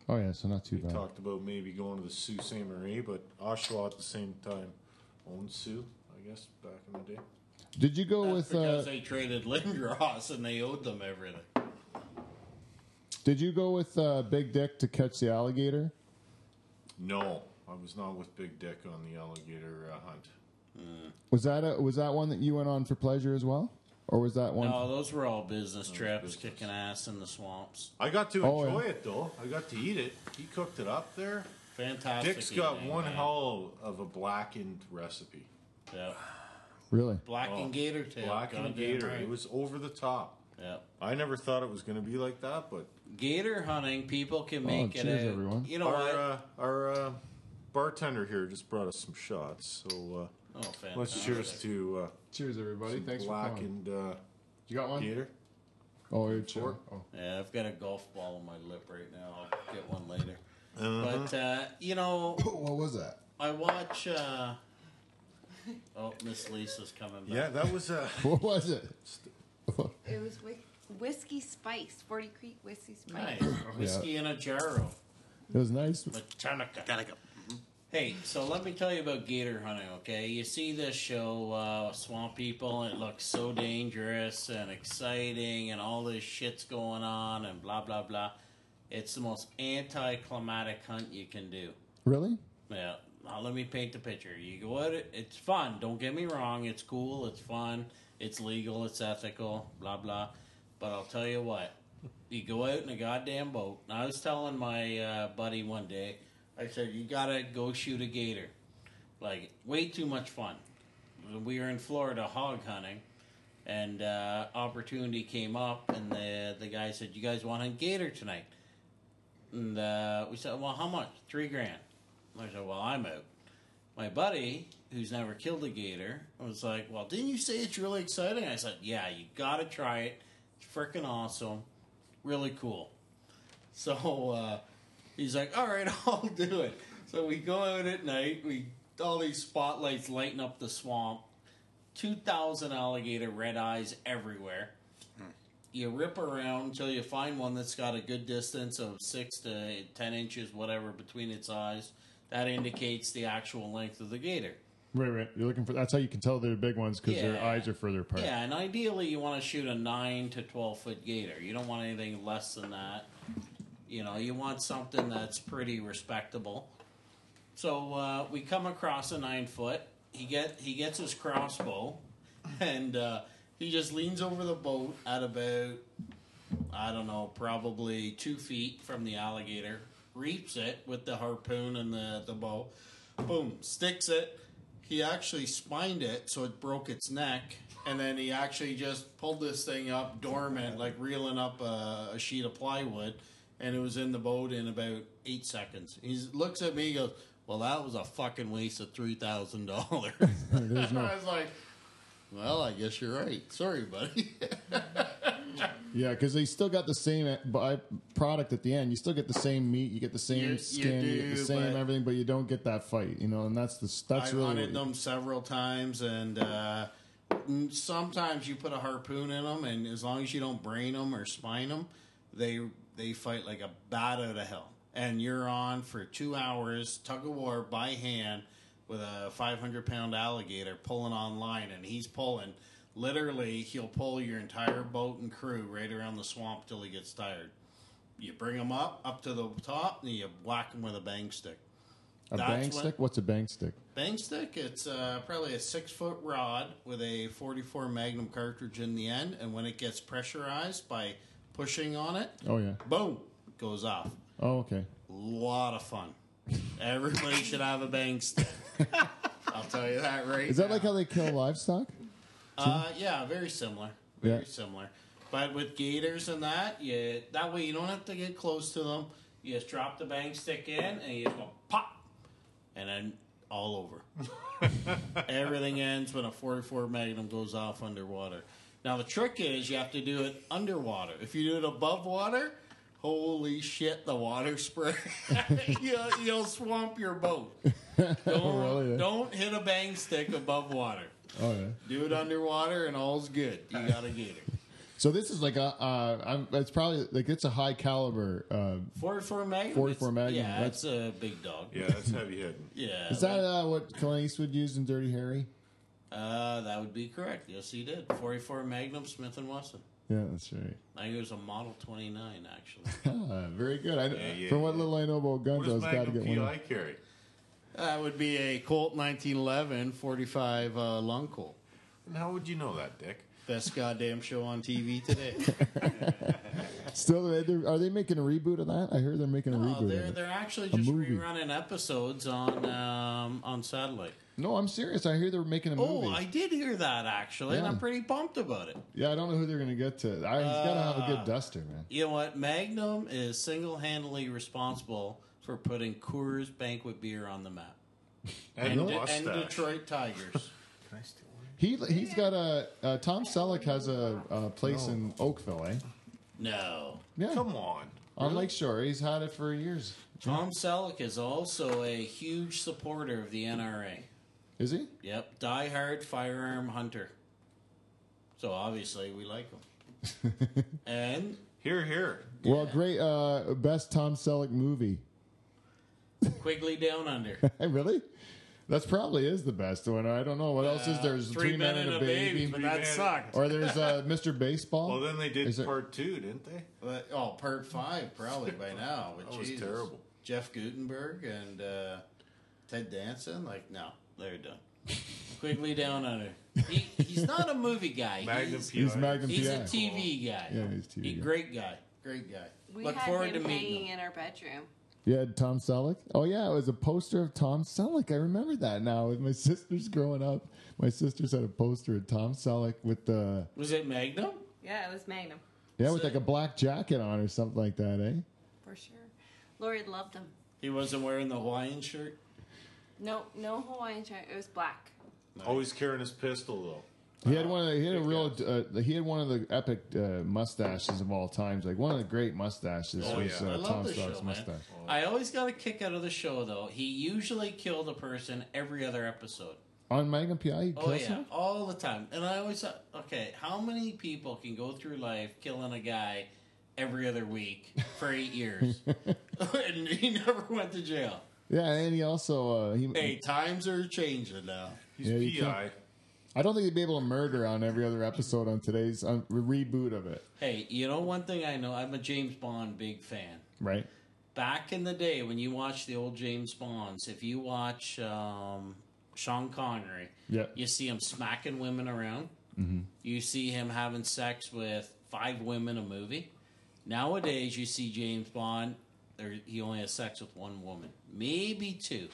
B: Oh yeah, so not too
D: We
B: bad.
D: talked about maybe going to the Sault Ste. Marie, but Oshawa at the same time owned Sioux, I guess, back in the day.
B: Did you go
K: That's
B: with? Uh,
K: because they traded Lindros and they owed them everything.
B: did you go with uh, Big Dick to catch the alligator?
D: No, I was not with Big Dick on the alligator uh, hunt.
B: Was that a, was that one that you went on for pleasure as well, or was that one?
E: No, those were all business trips,
D: business.
E: kicking ass in the swamps.
D: I got to
B: Oh,
D: enjoy
B: yeah.
D: it though. I got to eat it. He cooked it up there.
E: Fantastic.
D: Dick's got
E: evening,
D: one
E: man.
D: hell of a blackened recipe.
E: Yep.
B: Really?
E: Black
D: Oh,
E: and gator tail.
D: blackened
E: goddamn
D: gator.
E: right.
D: It was over the top.
E: Yep.
D: I never thought it was going to be like that, but
E: Gator hunting, people can make it.
B: Oh, cheers,
E: a-
B: everyone.
E: You know
D: our
E: what?
D: uh, our uh, bartender here just brought us some shots. So uh,
E: oh, fantastic.
D: let's cheers to
B: Cheers,
D: uh,
B: everybody!
D: some blackened uh,
B: You got one?
D: gator.
B: Oh, you're chill. Oh.
E: Yeah, I've got a golf ball on my lip right now. I'll get one later.
D: Uh-huh.
E: But uh, you know,
B: What was that?
E: I watch. Uh, oh, Miss Lisa's coming back.
D: Yeah, that was uh,
B: What was it?
C: It was whi- whiskey spice, Forty Creek whiskey spice.
E: Nice. Whiskey in a jar of
B: It was nice.
E: Botanica.
F: Gotta go.
E: Hey, so let me tell you about gator hunting, okay? You see this show, uh, Swamp People, and it looks so dangerous and exciting, and all this shit's going on, and blah, blah, blah. It's the most anticlimactic hunt you can do.
B: Really?
E: Yeah. Now let me paint the picture. You go out. It's fun. Don't get me wrong. It's cool. It's fun. It's legal. It's ethical. Blah blah. But I'll tell you what. You go out in a goddamn boat. And I was telling my uh, buddy one day. I said you gotta go shoot a gator. Like way too much fun. We were in Florida hog hunting, and uh, opportunity came up, and the the guy said, "You guys want to hunt gator tonight?" And uh, we said, well, how much? Three grand. I said, well, I'm out. My buddy, who's never killed a gator, was like, well, didn't you say it's really exciting? I said, yeah, you got to try it. It's freaking awesome. Really cool. So uh, he's like, all right, I'll do it. So we go out at night. We all these spotlights lighting up the swamp. 2,000 alligator red eyes everywhere you rip around until you find one that's got a good distance of six to ten inches, whatever, between its eyes. That indicates the actual length of the gator.
L: Right, right. You're looking for. That's how you can tell they're big ones because
E: Yeah.
L: their eyes are further apart.
E: Yeah, and ideally you want to shoot a nine to twelve foot gator. You don't want anything less than that. You know, you want something that's pretty respectable. So uh, we come across a nine foot. He get he gets his crossbow, and uh, he just leans over the boat at about I don't know, probably two feet from the alligator. Reaps it with the harpoon and the the bow. Boom! Sticks it. He actually spined it, so it broke its neck, and then he actually just pulled this thing up dormant, like reeling up a, a sheet of plywood, and it was in the boat in about eight seconds. He looks at me, he goes, "Well, that was a fucking waste of three thousand dollars." I was like, "Well, I guess you're right. Sorry, buddy."
B: Yeah, because they still got the same by product at the end. You still get the same meat, you get the
K: You-
B: same
K: you
B: skin, you, get
K: do,
B: the same
K: but-
B: everything, but you don't get that fight, you know. And that's the that's
K: I've
B: really what
K: hunted
B: you-
K: them several times, and uh, n- sometimes you put a harpoon in them, and as long as you don't brain them or spine them, they they fight like a bat out of hell. And you're on for two hours tug of war by hand with a 500 pound alligator pulling on line, and he's pulling. Literally, he'll pull your entire boat and crew right around the swamp till he gets tired. You bring him up up to the top, and you whack him with a bang stick.
B: a
K: that's
B: bang
K: what-
B: stick. What's a bang stick?
K: Bang stick. It's uh, probably a six foot rod with a 44 Magnum cartridge in the end, and when it gets pressurized by pushing on it,
B: Oh yeah.
K: boom, goes off.
B: Oh okay.
K: lot of fun. Everybody should have a bang stick. I'll tell you that right.
B: Is that
K: now.
B: like how they kill livestock?
K: Uh, yeah, very similar. Very
B: Yeah.
K: similar. But with gators and that, yeah, that way you don't have to get close to them. You just drop the bang stick in, and you just go pop, and then all over. Everything ends when a 44 Magnum goes off underwater. Now the trick is you have to do it underwater. If you do it above water,
M: holy shit, the water spray. you, you'll swamp your boat. Don't,
B: Oh, Really?
M: don't hit a bang stick above water.
B: Oh yeah.
M: Do it underwater and all's good. You got a gator.
B: So this is like a. Uh, I'm, it's probably like it's a high caliber. Uh,
E: 44 Magnum.
B: 44
E: it's-
B: Magnum,
E: Yeah,
B: that's-
E: that's a big dog.
D: Yeah, that's heavy hitting.
E: Yeah.
B: is that uh, what Clint Eastwood used in Dirty Harry?
E: Uh, that would be correct. Yes, he did. 44 Magnum Smith & Wesson.
B: Yeah, that's right.
E: I think it was a Model 29, actually.
B: Uh, very good. I,
D: yeah,
B: from what
D: yeah.
B: little I know about
D: What
B: guns, I
D: does
B: was glad to
D: Magnum
B: get one.
D: PI carry?
M: That would be a Colt 1911 45 uh, long Colt.
D: And how would you know that, Dick?
M: Best goddamn show on TV today.
B: Still, they- they're- are they making a reboot of that? I heard they're making a
E: Oh,
B: reboot. of
E: they're,
B: it.
E: they're actually just
B: movie.
E: rerunning episodes on um, on satellite.
B: No, I'm serious. I hear they're making a
E: Oh,
B: movie.
E: I did hear that actually, and
B: Yeah.
E: I'm pretty pumped about it.
B: yeah, I don't know who they're going to get to. I, he's got to have a
D: Ah.
B: good duster, man.
E: You know what? Magnum is single handedly responsible for putting Coors Banquet beer on the map.
D: And,
B: really?
D: mustache.
M: and Detroit Tigers.
B: He he's got a uh, Tom Selleck has a, a place in Oakville, eh?
E: No.
B: Yeah,
D: Come on.
B: on Lake Shore. He's had it for years.
E: Tom Selleck is also a huge supporter of the NRA.
B: Is he?
E: Yep, diehard firearm hunter. So obviously we like him. and
D: Here, here.
B: Well, great. Uh, best Tom Selleck movie.
E: Quigley Down Under.
B: really? That's probably is the best one. I don't know what else is there. There's
E: Uh, Three, Men and a Baby, but
D: Three
E: that
D: Men-
E: sucked.
B: or there's uh, Mr. Baseball.
D: Well, then they
B: Is
D: did
B: it-
D: part two, didn't they?
M: But, oh, part five probably by now. But
D: That was
M: Jesus.
D: terrible.
M: Jeff Gutenberg and uh, Ted Danson. Like no,
E: They're done. Quigley Down Under. He, he's not a movie guy.
D: Magnum
E: he's,
B: he's
D: PI.
B: Magnum
E: he's
B: PI.
E: a TV guy.
B: Yeah, he's a TV
E: He-
B: guy.
E: Great guy.
M: great guy.
C: We
E: Look
C: had
E: forward
C: him
E: to meeting
C: hanging in our bedroom.
B: Yeah, Tom Selleck. Oh yeah, it was a poster of Tom Selleck. I remember that now. With my sisters growing up, my sisters had a poster of Tom Selleck with the
E: Was it Magnum?
C: Yeah, it was Magnum
B: yeah, with like a black jacket on or something like that, eh?
C: for sure. Lori loved him.
E: He wasn't wearing the Hawaiian shirt.
C: No, no Hawaiian shirt. It was black.
D: Always carrying his pistol, though.
B: He had one. Of the, he had a real. Uh, he had one of the epic uh, mustaches of all times. Like one of the great mustaches
D: Oh,
B: was
D: yeah.
B: uh,
E: I
B: Tom
E: love this
B: Selleck's
E: show, man.
B: mustache.
E: I always got a kick out of the show, though. He usually killed a person every other episode.
B: On Magnum PI, he
E: Oh
B: kills
E: yeah,
B: him.
E: all the time. And I always thought, okay, how many people can go through life killing a guy every other week for eight years, and he never went to jail?
B: Yeah, and he also uh, he.
M: Hey, times are changing now.
D: He's
B: Yeah, you
D: PI.
B: I don't think he'd be able to murder on every other episode on today's on re- reboot of it,
E: Hey, you know one thing I know? I'm a James Bond big fan.
B: right?
E: Back in the day, when you watch the old James Bonds, if you watch um, Sean Connery,
B: Yeah. Mm-hmm.
E: you see him smacking women around. You see him having sex with five women a movie. Nowadays, you see James Bond, there, he only has sex with one woman, maybe two.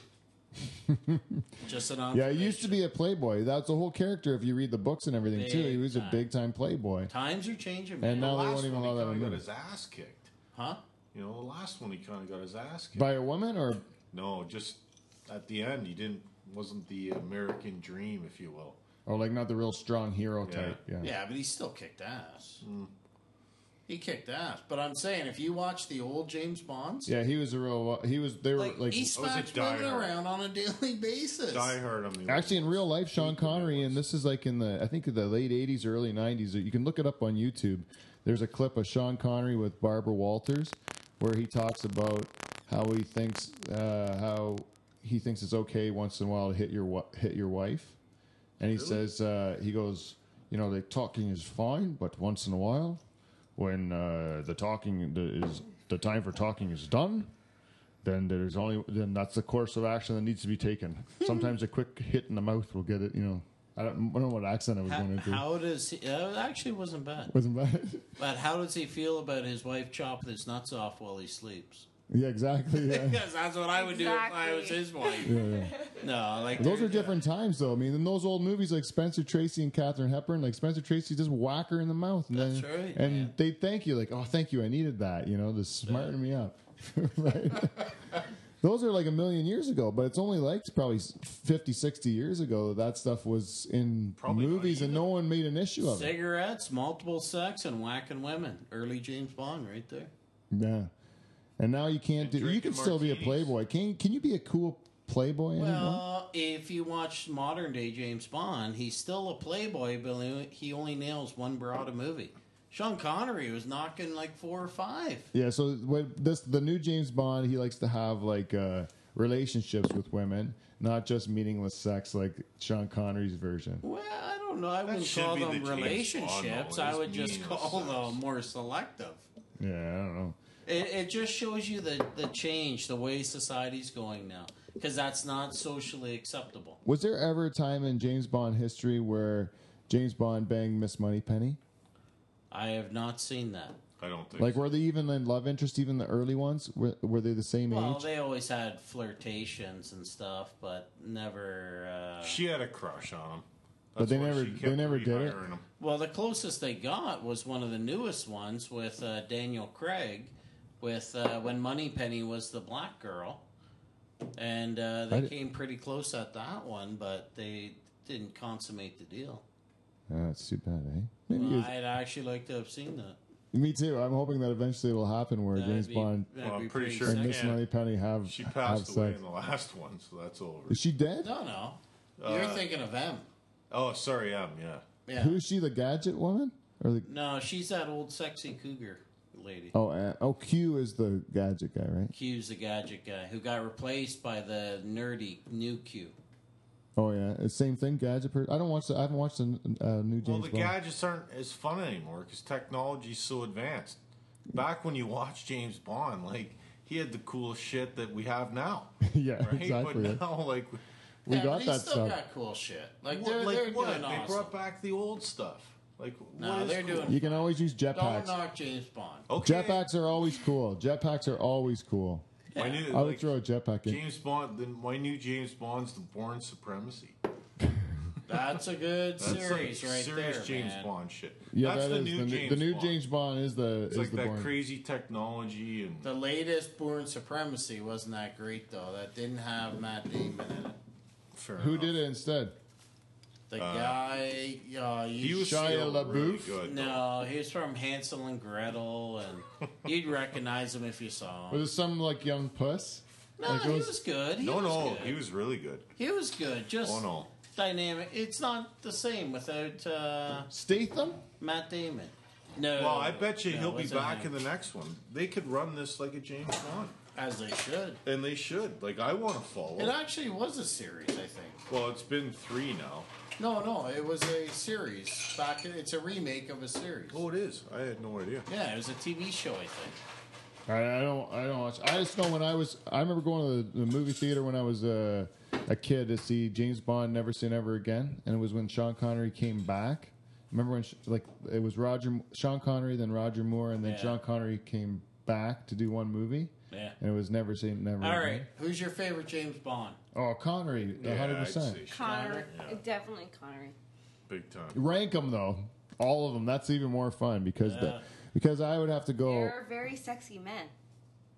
E: Just an
B: Yeah,
E: observation.
B: he used to be a playboy. That's a whole character if you read the books and everything too. He
E: Big
B: was a
E: time.
B: big time playboy.
E: Times are changing, man.
B: And now oh, they
D: Last
B: won't even
D: one,
B: allow
D: he
B: that
D: kinda
B: on
D: got
B: movies.
D: his ass kicked.
E: huh?
D: You know, the last one he kind of got his ass kicked.
B: By a woman or
D: no, just at the end, he didn't. Wasn't the American dream, if you will.
B: or like not the real strong hero type. Yeah.
M: Yeah, but he still kicked ass. He kicked ass. But I'm saying, if you watch the old James Bonds,
B: Yeah, he was a real he was they were
E: Like,
B: like
M: he
D: Oh, is it
M: smacks
D: Die
M: women
D: Hard?
M: around on a daily basis.
D: Die Hard on the
B: Actually, in real life, Sean
D: Stupid
B: Connery,
D: it
B: and
D: was.
B: this is like in the I think the late '80s, early '90s. You can look it up on YouTube. There's a clip of Sean Connery with Barbara Walters, where he talks about how he thinks uh, how he thinks it's okay once in a while to hit your wa- hit your wife, and he says uh, he goes, you know, the talking is fine, but once in a while, when uh, the talking the, is the time for talking is done, then there's only then that's the course of action that needs to be taken. Sometimes a quick hit in the mouth will get it. You know, I don't, I don't know what accent I was going
E: How,
B: into.
E: how does he? Uh, actually, wasn't bad.
B: Wasn't bad.
E: But how does he feel about his wife chopping his nuts off while he sleeps?
B: yeah, exactly. Yeah.
E: Because that's what I would do if I was
C: Exactly.
E: his wife. No, like
B: Those are
E: there's-
B: different times, though. I mean, in those old movies like Spencer Tracy and Katherine Hepburn, like Spencer Tracy just whack her in the mouth, and
E: That's
B: then,
E: right,
B: and
E: man.
B: they thank you, like, "Oh, thank you, I needed that," you know, to smarten me up. right? Those are like a million years ago, but it's only like probably 50, 60 years ago that that stuff was in
D: Probably not
B: movies, and no one made an issue of it.
E: Cigarettes, multiple sex, and whacking women. Early James Bond, right there.
B: Yeah. And now you can't
D: And
B: do. You
D: drink
B: can
D: the
B: still be a
D: martinis.
B: playboy. Can can you be a cool playboy anymore?
E: Well, if you watch modern day James Bond, he's still a playboy, but he- he only nails one broad a movie. Sean Connery was knocking like four or five.
B: Yeah. So what, this the new James Bond. He likes to have like uh, relationships with women, not just meaningless sex like Sean Connery's version.
E: Well, I don't know. I wouldn't
D: should
E: call
D: be the
E: them
D: James Bond, though,
E: relationships. I
D: is
E: would just
D: meaningless
E: call
D: sex.
E: them more selective.
B: Yeah, I don't know.
E: It, it just shows you the, the change, the way society's going now, because that's not socially acceptable.
B: Was there ever a time in James Bond history where James Bond banged Miss Moneypenny?
E: I have not seen that.
D: I don't think.
B: Like, were they even in love interest? Even the early ones were, were they the same
E: Well,
B: age?
E: they always had flirtations and stuff, but never. Uh,
D: she had a crush on him.
B: But they
D: why
B: never-
D: she
B: they
D: kept
B: never did it.
D: rehiring him.
E: Well, the closest they got was one of the newest ones with uh, Daniel Craig, with uh, when Moneypenny was the black girl, and
B: I
E: uh, they
B: di-
E: came pretty close at that one, but they didn't consummate the deal.
B: Oh, that's too bad, eh? Maybe
E: Well,
B: it's-
E: I'd actually like to have seen that.
B: me too. I'm hoping that eventually it'll happen where
E: That'd
B: James
E: be-
B: Bond
E: that'd
D: Well,
E: be
D: I'm pretty sure-
B: and
E: sick.
B: Miss
D: Yeah.
B: Moneypenny have
D: She
B: have
D: passed away
B: sex.
D: in the last one, so that's over.
B: Is she dead?
E: No, no,
D: Uh,
E: you're thinking of M.
D: Oh, sorry, um, yeah.
E: Yeah.
B: Who's she? The gadget woman or the?
E: No, she's that old sexy cougar lady.
B: Oh, uh, oh, Q is the gadget guy, right?
E: Q's the gadget guy who got replaced by the nerdy new Q.
B: Oh yeah, it's same thing. Gadget. Per- I don't watch. The, I haven't watched the uh, new James
D: Well, the
B: Bond.
D: gadgets aren't as fun anymore because technology's so advanced. Back when you watched James Bond, like he had the coolest shit that we have now,
B: yeah,
D: right?
B: exactly.
D: But now, like,
B: We
E: Yeah,
B: got
E: but he's
B: that
E: still
B: stuff.
E: got cool shit. Like
D: what,
E: they're,
D: like
E: they're
D: what?
E: doing
D: they
E: awesome.
D: brought back the old stuff. Like,
E: No,
D: what is
E: they're
D: cool?
E: doing-
B: You can always use
E: Don't
B: jetpacks.
E: knock James Bond.
D: Okay.
B: Jetpacks are always cool. Jetpacks are always cool.
D: I knew,
B: I
D: like,
B: would throw a jetpack in.
D: James Bond. Then my new James Bond's the Born Supremacy.
E: That's a good
D: That's
E: series
D: like
E: right
D: serious
E: there,
D: James
E: man.
D: Bond shit.
B: Yeah,
D: That's
B: that
D: the
B: is
D: new
B: the, new,
D: James
B: the new
D: Bond.
B: James Bond is the
D: It's
B: is
D: like
B: the
D: that
B: born.
D: crazy technology and
E: The latest Born Supremacy wasn't that great though. That didn't have Matt Damon in it.
D: fair
B: Who
D: enough.
B: did it instead?
E: The guy, uh,
D: He was
B: Shia
D: still really
B: LaBeouf?
D: good. though.
E: no, he was from Hansel and Gretel, and you'd recognize him if you saw him.
B: Was it some like young puss?
E: No,
B: like it
E: he
B: was-
E: was good. He
D: No,
E: was
D: no,
E: good.
D: he was really good.
E: He was good. Just
D: Oh no,
E: dynamic. It's not the same without uh,
B: Statham?
E: Matt Damon. No.
D: Well, I bet you
E: Uh, no,
D: he'll be
E: what's
D: back
E: his
D: in
E: name?
D: the next one. They could run this like a James Bond,
E: as they should.
D: and they should. Like I want to follow.
E: It actually was a series, I think.
D: well, it's been three now.
N: No, no, it was a series. Back, it's a remake of a series.
D: Oh, it is. I had no idea.
E: Yeah, it was a TV show, I think.
B: I, I don't. I don't watch. I just know when I was. I remember going to the, the movie theater when I was uh, a kid to see James Bond: Never Say Never Again, and it was when Sean Connery came back. Remember when sh- like it was Roger Sean Connery, then Roger Moore, and then
E: Yeah.
B: Sean Connery came back to do one movie.
E: Yeah.
B: And it was Never Say Never.
E: All right,
B: Again.
E: who's your favorite James Bond?
B: Oh, Connery, a
D: Yeah,
B: hundred
D: I'd
B: percent.
D: say sh-
C: Connery,
D: Yeah.
C: definitely Connery.
D: big time.
B: Rank them though, all of them. That's even more fun because the, because I would have to
E: Oh.
B: go.
C: They're very sexy men.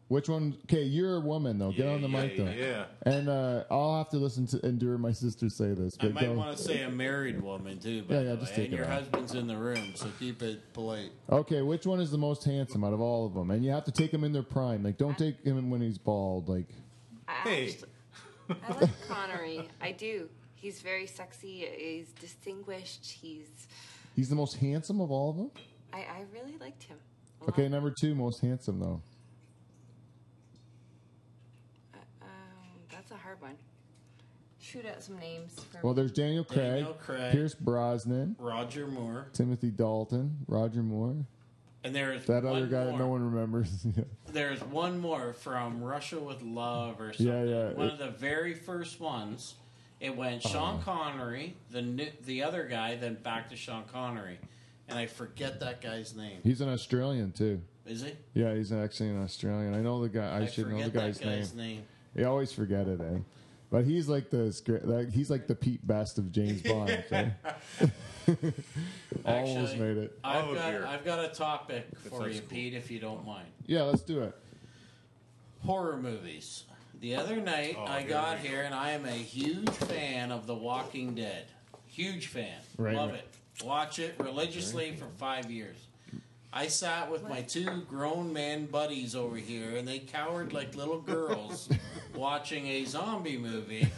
B: Which one? Okay, you're a woman though. Get
D: Yeah,
B: on the
D: yeah,
B: mic though.
D: yeah.
B: And uh, I'll have to listen to endure my sister say this.
E: I
B: But
E: might
B: go-
E: want to say a married woman too, but
B: Yeah, yeah, just take
E: and
B: it
E: your
B: out.
E: husband's in the room, so keep it polite.
B: Okay, which one is the most handsome out of all of them? And you have to take him in their prime. Like, don't take him when he's bald. Like,
C: I
D: Hey.
C: actually- I like Connery. I do. He's very sexy. He's distinguished. He's.
B: he's the most handsome of all of them.
C: I, I really liked him. a lot.
B: Okay, number two, most handsome though.
C: Um, that's a hard one. Shoot out some names for
B: Well, there's Daniel Craig,
E: Daniel Craig.
B: Pierce Brosnan,
E: Roger Moore,
B: Timothy Dalton, Roger Moore.
E: and there is
B: That
E: one
B: other guy
E: more.
B: that no one remembers. yeah.
E: There is one more from Russia with Love or something.
B: yeah,
E: One
B: it- Uh-huh.
E: of the very first ones. It went Sean Connery, the new, the other guy, then back to Sean Connery, and I forget that guy's name.
B: He's an Australian too.
E: Is he?
B: Yeah, he's actually an Australian. I know the guy. I,
E: I
B: should know the
E: forget
B: guy's,
E: that guy's
B: name.
E: name.
B: You always forget it, eh? But he's like the script. Like, he's like the Pete Best of James Bond. eh? Almost
E: Actually,
B: made it.
E: I've
D: Oh,
E: got
D: dear.
E: I've got a topic for
D: sounds
E: you,
D: cool.
E: Pete, if you don't mind.
B: Yeah, let's do it.
E: horror movies. The other night I
D: here we
E: got
D: go.
E: here and I am a huge fan of The Walking Dead. Huge fan.
B: Right,
E: Love
B: right.
E: it. Watch it religiously for 5 years. I sat with my two grown man buddies over here, and they cowered like little girls watching a zombie movie,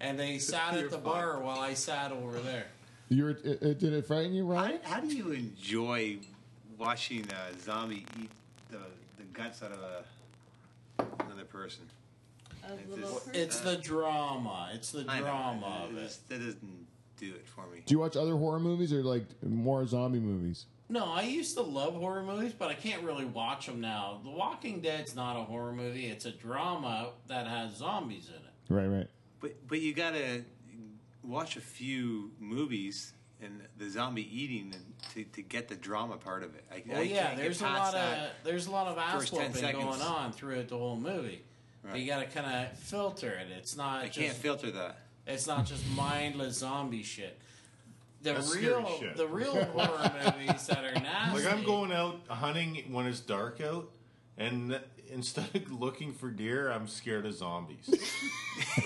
E: and they sat at the bar while I sat over there.
B: You were, it, it- did it frighten you, Ryan?
F: How, how do you enjoy watching a zombie eat the, the guts out of a, another person?
C: Of
F: It's
C: little
F: just-
C: person.
E: It's the drama. It's the
F: I know,
E: drama
F: it
E: of it.
F: just- That doesn't do it for me.
B: Do you watch other horror movies or like more zombie movies?
E: No, I used to love horror movies, but I can't really watch them now. The Walking Dead's not a horror movie; it's a drama that has zombies in it.
B: Right, right.
F: But but you gotta watch a few movies and the zombie eating and to, to get the drama part of it. I,
E: Well,
F: I
E: yeah,
F: can't get
E: there's a
F: past
E: lot
F: that.
E: of there's a lot of ass
F: first 10
E: whooping going
F: seconds.
E: on throughout the whole movie. But you got to kind of filter it. It's not
F: I
E: just
F: can't filter that.
E: it's not just mindless zombie shit. The
D: That's scary
E: real
D: shit.
E: the real horror movies that are nasty.
D: Like I'm going out hunting when it's dark out, and instead of looking for deer, I'm scared of zombies.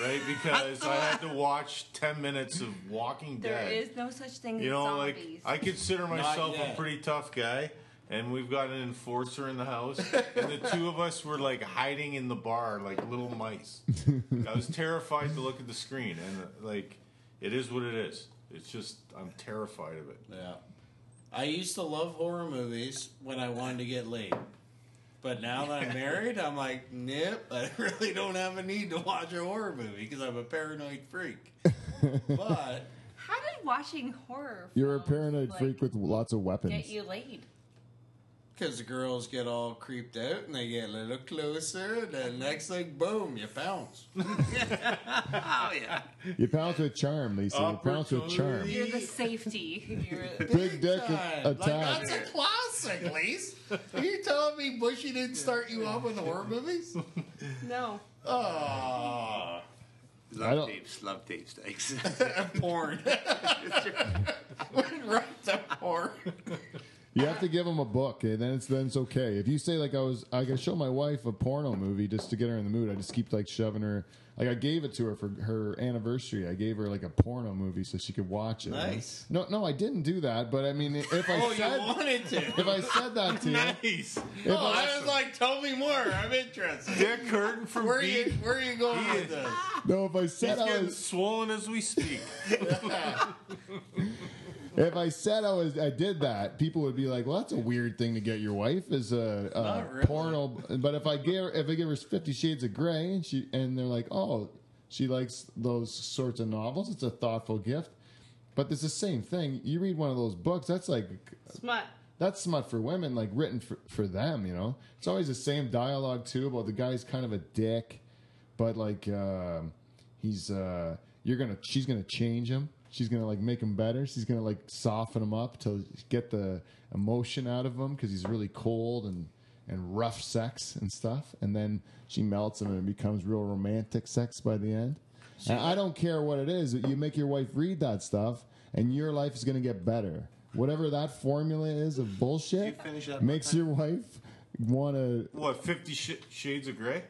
D: right? Because I had to watch ten minutes of Walking
C: There
D: Dead.
C: is no such thing
D: you
C: as
D: know,
C: zombies.
D: like I consider myself a
E: yet.
D: pretty tough guy. And we've got an enforcer in the house, and the two of us were like hiding in the bar like little mice. I was terrified to look at the screen, and uh, like, it is what it is. It's just I'm terrified of it.
E: Yeah. I used to love horror movies when I wanted to get laid. But now that I'm married, I'm like, nope, I really don't have a need to watch a horror movie because I'm a paranoid freak. but
O: How did watching horror?
B: You're a
O: films,
B: paranoid
O: Oh, like,
B: freak with lots of weapons.
O: get you laid.
E: because the girls get all creeped out and they get a little closer, and then next thing, boom, you pounce.
F: Oh yeah.
B: You pounce with charm, Lisa. You pounce with charm.
O: You're the safety. You're
B: Big dick
E: God,
B: attack.
E: Like, that's a classic, Lise. Are you telling me Bushy didn't start you off with horror movies?
O: no.
E: Oh,
B: I
F: Love
B: don't-
F: tapes, love tapes. Thanks.
E: porn. right to porn.
B: You have to give them a book, and then it's then it's okay. If you say like I was, I gotta show my wife a porno movie just to get her in the mood. I just keep like shoving her. Like I gave it to her for her anniversary. I gave her like a porno movie so she could watch it.
E: Nice.
B: No, no, I didn't do that. But I mean, if I
E: Oh, you
B: said
E: wanted to.
B: if I said that to you,
D: Nice.
B: if
E: Oh,
B: I,
E: I was like, tell me more. I'm interested.
D: Dick Curtin from
E: Where are
D: Beat.
E: you, where are you going
D: He
E: with
D: is-
E: this?
B: no, if I said
D: He's
B: I
D: getting
B: was,
D: swollen as we speak.
B: if I said I was, I did that. People would be like, "Well, that's a weird thing to get your wife is a, a
E: Not really.
B: porno." But if I give if I give her Fifty Shades of Grey, and she and they're like, "Oh, she likes those sorts of novels. It's a thoughtful gift." But it's the same thing. You read one of those books. That's like
C: smut.
B: that's smut for women, like written for, for them. You know, it's always the same dialogue too about the guy's kind of a dick, but like um he's uh, you're gonna she's gonna change him. She's gonna like make him better. She's gonna like soften him up to get the emotion out of him because he's really cold and and rough sex and stuff. And then she melts him and it becomes real romantic sex by the end. And I don't care what it is. but You make your wife read that stuff, and your life is gonna get better. Whatever that formula is of bullshit
F: you finish that
B: makes
F: one
B: your wife want to
D: what, Fifty sh- Shades of Grey?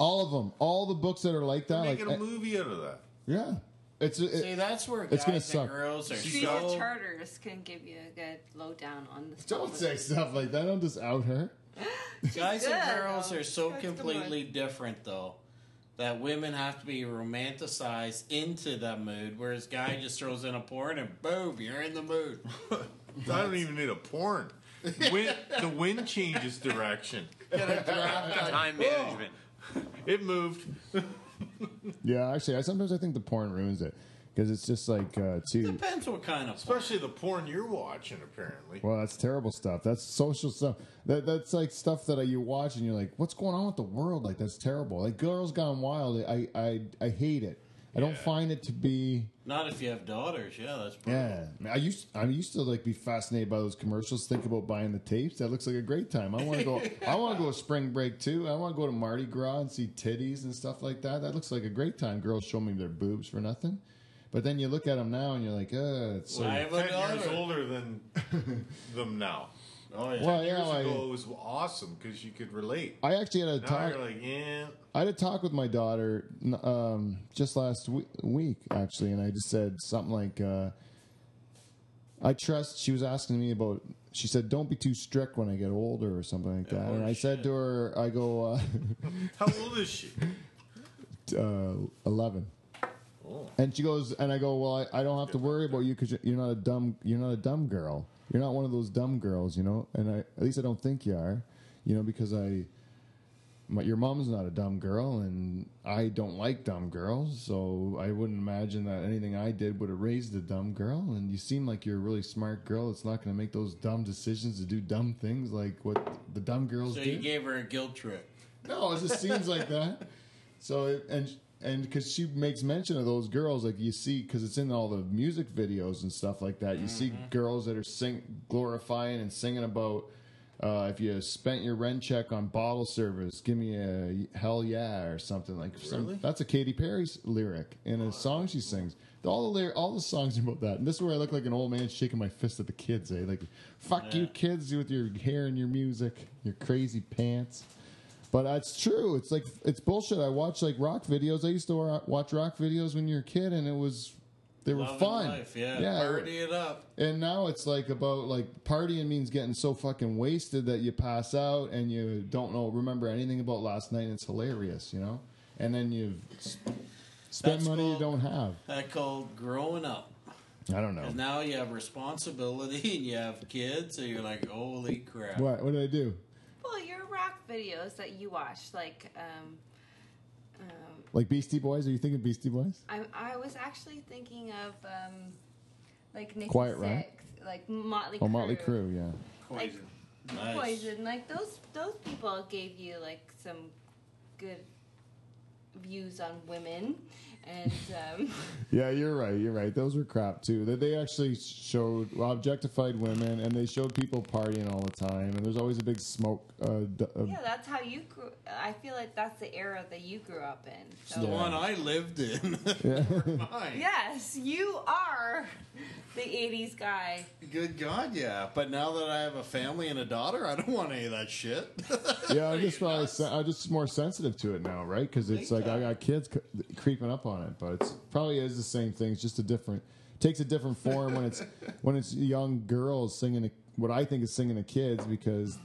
B: all of them, all the books that are like that. Like,
D: Making a movie out of that.
B: yeah, it's it,
E: See, that's where guys
B: It's gonna
E: and
B: suck.
E: girls are
C: Street of
E: so...
C: Charters can give you a good lowdown on the
B: Don't say stuff like that. Don't just out her.
E: Guys
C: good,
E: and girls
C: though.
E: are so
C: That's the one.
E: completely different, though, that women have to be romanticized into that mood, whereas guy just throws in a porn and boom, you're in the mood.
D: I don't even need a porn. Wind, the wind changes direction.
F: Time management.
D: It moved.
B: Yeah, actually, I sometimes I think the porn ruins it because it's just like uh, too.
E: Depends what kind of porn.
D: Especially the porn you're watching, apparently.
B: Well, that's terrible stuff. That's social stuff. That that's like stuff that uh, you watch and you're like, what's going on with the world? Like that's terrible. Like Girls Gone Wild, I I I hate it. I don't find it to be.
E: Not if you have daughters. Yeah, that's brutal.
B: Yeah, I, mean, I used I used to like be fascinated by those commercials. Think about buying the tapes. That looks like a great time. I want to go. I want to go to spring break too. I want to go to Mardi Gras and see titties and stuff like that. That looks like a great time. Girls show me their boobs for nothing. But then you look at them now and you're like, uh, it's so
E: I have a
D: Ten years
E: daughter.
D: older than them now.
E: Oh, yeah.
B: well,
D: Years
B: yeah. I-
D: ago, it was awesome because you could relate.
B: I actually had a
D: Now
B: talk.
D: you're like, yeah.
B: I had a talk with my daughter n- um, just last we- week, actually, and I just said something like, uh, I trust. She was asking me about. She said, "Don't be too strict when I get older," or something like that. and I said to her, "I go uh,
D: How old is she?
B: uh, eleven.
D: Oh.
B: And she goes, and I go, "Well, I, I don't have to worry about you because you're not a dumb. You're not a dumb girl. You're not one of those dumb girls, you know. And I, at least I don't think you are, you know, because I." my, your mom's not a dumb girl, and I don't like dumb girls, so I wouldn't imagine that anything I did would have raised a dumb girl. And you seem like you're a really smart girl that's not going to make those dumb decisions to do dumb things like what the dumb girls
H: So
B: do.
H: you gave her a guilt trip.
B: No, it just seems like that. So it- and and because she makes mention of those girls, like you see, because it's in all the music videos and stuff like that. You see girls that are sing glorifying and singing about. Uh, if you spent your rent check on bottle service, give me a hell yeah or something like. Some, That's a Katy Perry s- lyric in a song she sings. All the lyri- all the songs are about that. And this is where I look like an old man shaking my fist at the kids. Eh, like, fuck you kids with your hair and your music, your crazy pants. But that's true. It's like it's bullshit. I watch like rock videos. I used to wa- watch rock videos when you were a kid, and it was they were
H: Loving
B: fun.
H: life, yeah.
B: yeah.
H: Party it up.
B: And now it's like about like partying means getting so fucking wasted that you pass out and you don't know remember anything about last night. and It's hilarious, you know. And then you spend
H: That's
B: money you
H: called-
B: don't have.
H: That called growing up.
B: I don't know.
H: Because now you have responsibility and you have kids, and you're like, holy crap.
B: What? What did I do?
P: Well, your rock videos that you watch, like, um, um,
B: Like Beastie Boys? Are you thinking Beastie Boys?
P: I, I was actually thinking of, um, like Nikki
B: Quiet
P: Sixx,
B: Riot?
P: like Motley.
B: Oh, Motley
P: Crue.
B: Crue. Yeah.
P: Like,
H: Nice.
P: Poison, like those those people gave you like some good views on women, and um,
B: Yeah, you're right. You're right. Those were crap too. That they actually showed well, objectified women, and they showed people partying all the time. And there's always a big smoke. Uh, d- uh,
P: yeah, that's how you grew. I feel like that's the era that you grew up in. So.
H: The one I lived in. Mine.
P: Yes, you are the '80s guy.
E: Good God, yeah. But now that I have a family and a daughter, I don't want any of that shit.
B: yeah, I'm just probably sen- I'm just more sensitive to it now, right? Because it's like I got kids c- creeping up on it, but it's probably is the same thing. It's just a different takes a different form when it's when it's young girls singing to, what I think is singing to kids because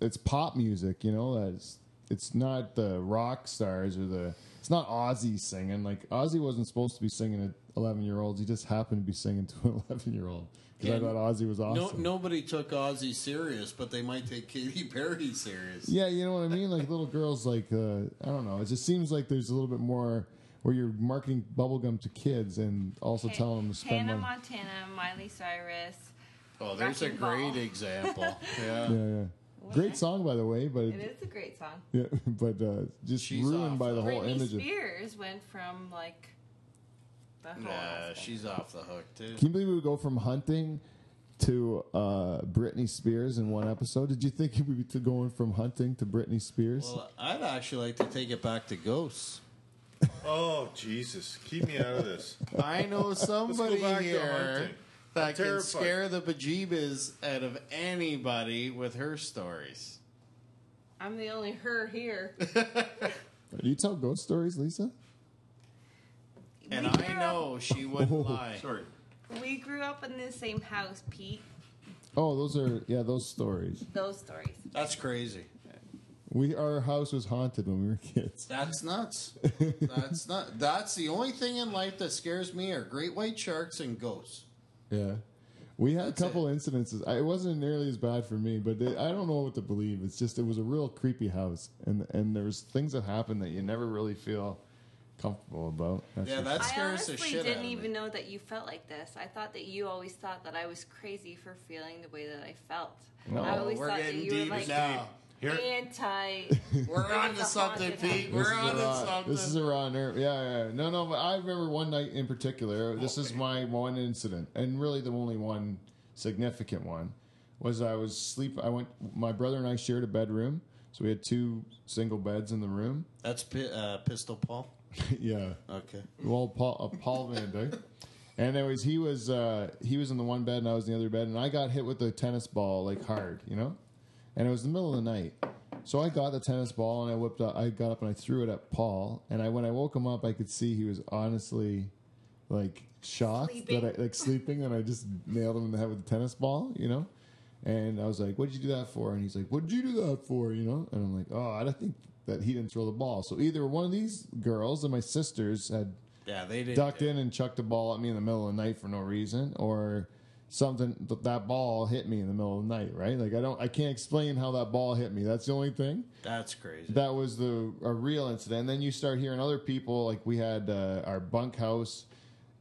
B: it's pop music, you know. That's it's not the rock stars or the it's not Ozzy singing. Like Ozzy wasn't supposed to be singing to eleven year olds. He just happened to be singing to an eleven year old because I
H: And
B: thought Ozzy was awesome.
H: No, nobody took Ozzy.
E: Ozzy serious, but they might take Katy Perry serious.
B: Yeah, you know what I mean. Like little girls, like uh, I don't know. It just seems like there's a little bit more where you're marketing bubblegum to kids and also telling them to spend
P: Hannah
B: money.
P: Montana, Miley Cyrus.
E: Oh, there's a
P: Wrecking Ball.
E: great example. Yeah.
B: Yeah, yeah. Great song by the way, but
P: It
B: it,
P: is a great song.
B: yeah, but uh, just
E: She's
B: ruined
E: off.
B: by the whole
P: Britney
B: image. Of, can
P: Spears went from like the whole.
E: Nah, she's off the hook too.
B: you believe we would go from hunting to uh, Britney Spears in one episode? Did you think we would be going from hunting to Britney Spears?
E: Well, I'd actually like to take it back to ghosts.
D: Oh Jesus! Keep me out of this.
E: I know somebody
D: back to
E: here
D: hunting.
E: that can
D: terrified.
E: scare the bejeebas out of anybody with her stories.
P: I'm the only her here.
E: uh,
B: Do you tell ghost stories, Lisa?
E: And
P: we
E: I
P: grew
E: know she wouldn't lie.
D: Sorry.
P: Up, we grew up in the same house, Pete.
B: Oh, those are yeah, those stories.
P: Those stories.
E: That's crazy.
B: We our house was haunted when we were kids.
E: That's nuts. That's not. That's the only thing in life that scares me are great white sharks and ghosts.
B: Yeah. We had
E: That's
B: a couple incidences. I- It wasn't nearly as bad for me, but it, I don't know what to believe. It's just it was a real creepy house, and and there was things that happened that you never really feel comfortable about. That's
E: Yeah,
B: for
E: that
P: I
E: scares the
P: honestly
E: shit out
P: didn't
E: of me.
P: even know that you felt like this. I thought that you always thought that I was crazy for feeling the way that I felt. I always
E: we're
P: thought that
E: getting
P: you
E: deep
P: were like
E: now.
D: Here,
P: anti.
E: We're on to
P: a
E: something,
P: haunted house.
E: Pete.
B: This
E: We're
B: is
E: on
B: a
E: to
B: raw-
E: something.
B: This is a raw nerve. Yeah, yeah. No, no, but I remember one night in particular. This is my one incident, and really the only one significant one was I was sleep. I went. My brother and I shared a bedroom, so we had two single beds in the room.
E: That's pi- uh, Pistol Paul.
B: yeah.
E: Okay.
B: well, Paul, uh, Paul Van Dyke. And anyways, he was uh, he was in the one bed and I was in the other bed, and I got hit with a tennis ball like hard, you know. And it was the middle of the night, so I got the tennis ball and I whipped up. I got up and I threw it at Paul, and I when I woke him up, I could see he was honestly like shocked that I like sleeping and I just nailed him in the head with a tennis ball, you know? And I was like, What did you do that for? And he's like, What did you do that for? You know? And I'm like, Oh, I don't think that he didn't throw the ball. So either one of these girls and my sisters had
H: Yeah, they did.
B: ducked in and chucked a ball at me in the middle of the night for no reason or something th- that ball hit me in the middle of the night right like i don't i can't explain how that ball hit me that's the only thing
H: That's crazy.
B: that was the a real incident. And then you start hearing other people. Like we had uh, our bunkhouse.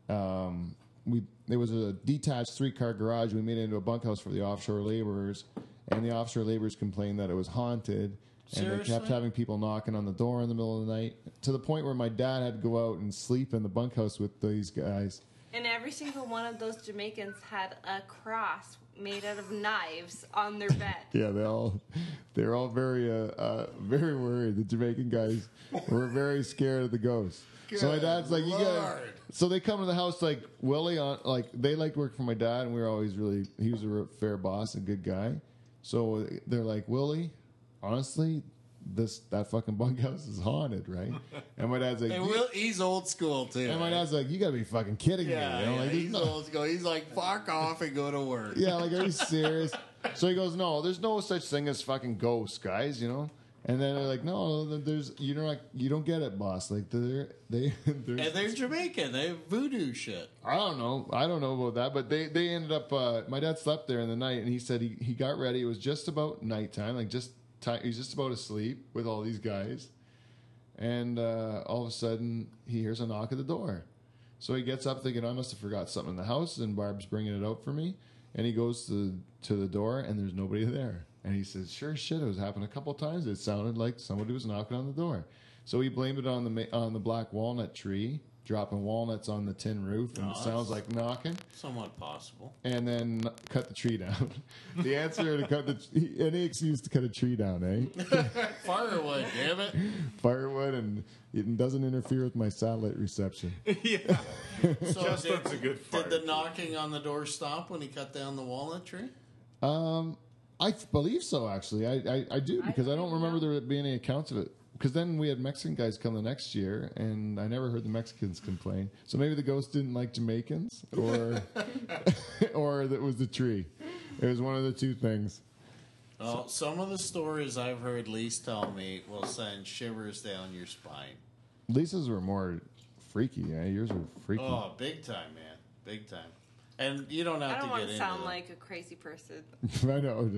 B: Um, we there was a detached three car garage. We made it into a bunkhouse for the offshore laborers, and the offshore laborers complained that it was haunted. And they kept
H: Seriously?
B: having people knocking on the door in the middle of the night to the point where my dad had to go out and sleep in the bunkhouse with these guys.
P: And every single one of those Jamaicans had a cross made out of knives on their bed.
B: Yeah, they all they're all very uh, uh very worried. The Jamaican guys were very scared of the ghosts. so my
E: Good
B: dad's like, you got.
E: Lord.
B: So they come to the house like Willie on like they liked working for my dad, and we were always really he was a real fair boss, a good guy. So they're like Willie, honestly, this that fucking bunkhouse is haunted, right? And my dad's like,
E: And
B: "You-"
E: Will, he's old school too.
B: and my dad's like, you got to be fucking kidding
E: yeah,
B: me. You know,
E: yeah,
B: like, there's
E: he's
B: no-
E: old school. He's like, fuck off and go to work.
B: yeah, like, are you serious? So he goes, no, there's no such thing as fucking ghosts, guys. You know. And then they're like, no, there's you know, like you don't get it, boss. Like they're they there's
H: And they're Jamaican. They have voodoo shit.
B: I don't know. I don't know about that, but they they ended up. Uh, my dad slept there in the night, and he said he, he got ready. It was just about nighttime, like just time. He was just about asleep with all these guys, and uh, all of a sudden he hears a knock at the door. So he gets up thinking "Oh, I must have forgot something in the house, and Barb's bringing it out for me. And he goes to to the door, and there's nobody there. And he says, "Sure as shit, it was happened a couple times. It sounded like somebody was knocking on the door." So he blamed it on the ma- on the black walnut tree dropping walnuts on the tin roof, and it
H: Nice.
B: sounds like knocking.
H: Somewhat possible.
B: And then cut the tree down. the answer to cut the tr- any excuse to cut a tree down, eh?
E: Firewood, damn it.
B: Firewood, and it doesn't interfere with my satellite reception.
E: So did,
D: That's a good
E: did
D: fire.
E: the knocking on the door stop when he cut down the walnut tree?
B: Um, I th- believe so. Actually, I I, I do because I, don't remember there being any accounts of it. Because then we had Mexican guys come the next year, and I never heard the Mexicans complain. So maybe the ghost didn't like Jamaicans, or or that was the tree. It was one of the two things.
E: Well, some of the stories I've heard Lise tell me will send shivers down your spine.
B: Lisa's were more freaky. Yeah, yours were freaky.
E: Oh, big time, man. Big time. And you don't have
C: I don't
E: to get
C: want to
E: into
C: sound
E: them.
C: like a crazy person.
B: I know.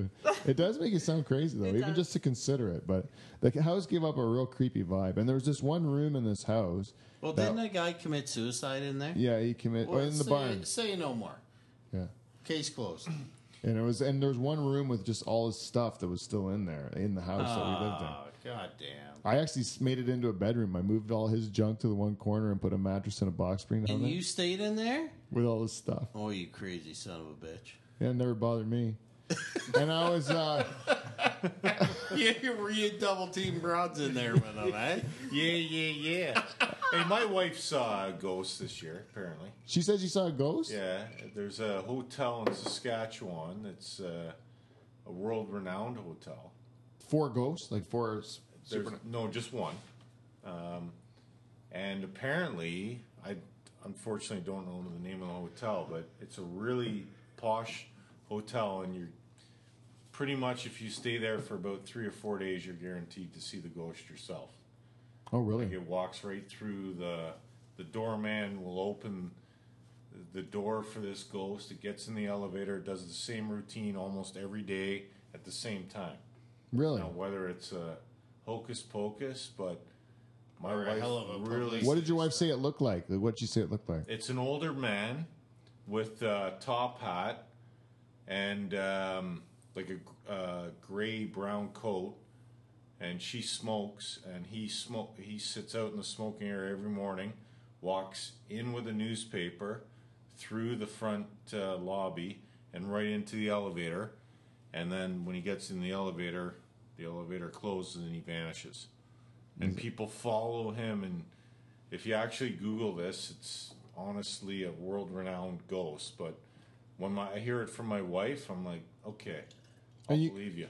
B: It does make you sound crazy, though,
C: It
B: even
C: does.
B: just to consider it. But the house gave up a real creepy vibe. And there was this one room in this house.
E: Well,
B: that-
E: didn't a guy commit suicide in there?
B: Yeah, he committed.
E: Well,
B: in the
E: say,
B: barn.
E: Say no more.
B: Yeah.
E: Case closed.
B: And it was, and there was one room with just all his stuff that was still in there in the house that we lived in.
H: Ah.
E: Oh, God damn.
B: I actually s- made it into a bedroom. I moved all his junk to the one corner and put a mattress and a box spring down
H: And
B: there
H: you stayed in there?
B: with all his stuff.
E: Oh, you crazy son of a bitch.
B: Yeah, it never bothered me. and I was, uh,
E: yeah, were you double team broads in there with him, eh?
D: Yeah, yeah, yeah. hey, my wife saw a ghost this year. Apparently,
B: she says you saw a ghost.
D: yeah. There's a hotel in Saskatchewan that's uh, a world-renowned hotel.
B: Four ghosts, like four. s-
D: There's,
B: Super,
D: no, just one. Um, and apparently, I unfortunately don't know the name of the hotel, but it's a really posh hotel, and you're pretty much if you stay there for about three or four days, you're guaranteed to see the ghost yourself.
B: oh,
D: Like
B: really?
D: it walks right through the the doorman will open the door for this ghost. It gets in the elevator, it does the same routine almost every day at the same time.
B: Really?
D: Now, whether it's a hocus pocus, but my
E: Or a
D: wife
E: hell of a
D: really.
B: What did your wife say it looked like? Like, What'd she say it looked like?
D: It's an older man with a top hat and um, like a gr- uh, gray brown coat, and she smokes, and he smoke. He sits out in the smoking area every morning, walks in with a newspaper through the front uh, lobby and right into the elevator, and then when he gets in the elevator, the elevator closes and he vanishes, and people follow him and if you actually Google this, it's honestly a world-renowned ghost. But when my, I hear it from my wife, I'm like, okay, I'll
B: And you-
D: believe you.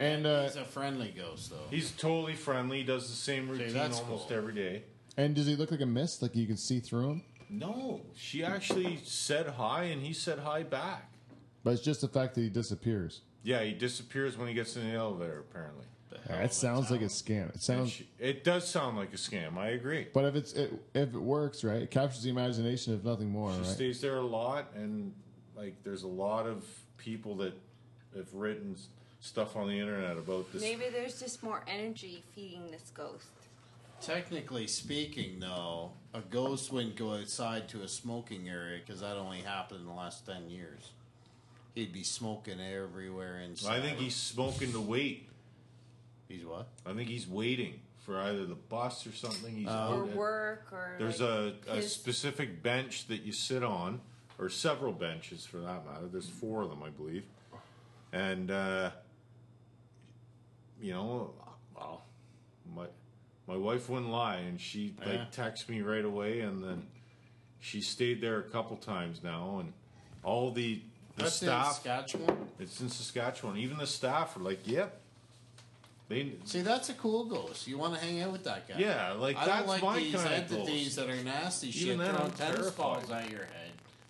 B: And uh,
E: He's a friendly ghost, though.
D: He's totally friendly. Does the same routine
E: that's
D: almost
E: cool.
D: every day.
B: and does he look like a mist? Like you can see through him?
D: No, she actually said hi, and he said hi back.
B: But it's just the fact that he disappears.
D: Yeah, he disappears when he gets in the elevator. Apparently,
B: That sounds like a scam. It sounds,
D: it does sound like a scam. I agree.
B: but if it's it, if it works, right? It captures the imagination, if nothing more,
D: She
B: right?
D: stays there a lot, and like, there's a lot of people that have written s- stuff on the internet about this.
C: Maybe there's just more energy feeding this ghost.
E: Technically speaking, though, a ghost wouldn't go outside to a smoking area because that only happened in the last 10 years. He'd be smoking everywhere inside.
D: I think he's smoking to wait.
E: He's what?
D: I think he's waiting for either the bus or something. He's out
E: Oh,
C: or
D: at-
C: work or
D: There's
C: like,
D: a, a
C: his-
D: specific bench that you sit on, or several benches for that matter. There's four of them, I believe. And, uh, you know, well, my, my wife wouldn't lie, and she,
E: Yeah.
D: like, texts me right away, and then she stayed there a couple times now, and all the, the
E: That's in
D: staff.
E: Saskatchewan.
D: it's in Saskatchewan. Even the staff are like, yep. They,
E: See, that's a cool ghost. You want to hang out with that guy.
D: Yeah, like,
E: I
D: that's
E: don't like
D: my
E: these
D: kinda
E: entities that are nasty shit
D: then,
E: throwing
D: I'm
E: tennis
D: terrified.
E: balls at your head.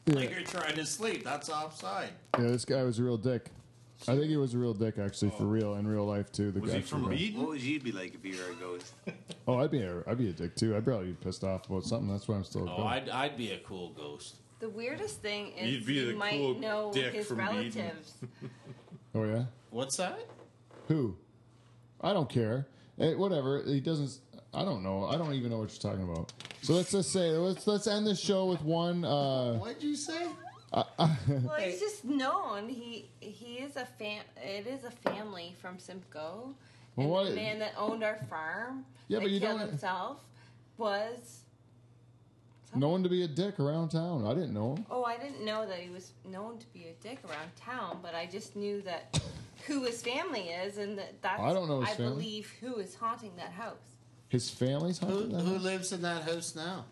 B: Yeah.
E: Like you're trying to sleep. That's offside.
B: Yeah, this guy was a real dick. I think he was a real dick, actually, for real in real life too. The
D: was he
B: actual
D: from
B: guy.
D: Eden?
F: What would you be like if you were a ghost?
B: Oh, I'd be a, I'd be a dick too. I'd probably be pissed off about something. That's why I'm still. a
H: Oh,
B: goat.
H: I'd, I'd be a cool ghost.
C: the weirdest thing is
D: You'd be
C: you
D: the
C: might
D: cool
C: know
D: dick
C: his
D: from Eden.
C: relatives.
B: oh yeah.
E: What's that?
B: Who? I don't care. Eh, whatever. He doesn't. I don't know. I don't even know what you're talking about. So let's just say let's let's end this show with one. Uh,
E: What'd you say?
C: well, he's just known. He he is a fam. It is a family from Simcoe.
B: Well,
C: and
B: what-
C: the man that owned our farm
B: Yeah,
C: that
B: but you
C: killed
B: don't-
C: himself was.
B: known to be a dick around town. I didn't know him.
C: Oh, I didn't know that he was known to be a dick around town, but I just knew that who his family is, and that that's
B: I don't know his
C: I
B: family.
C: believe who is haunting that house.
B: His family's
E: Who,
B: haunted. that
E: who
B: house?
E: lives in that house now?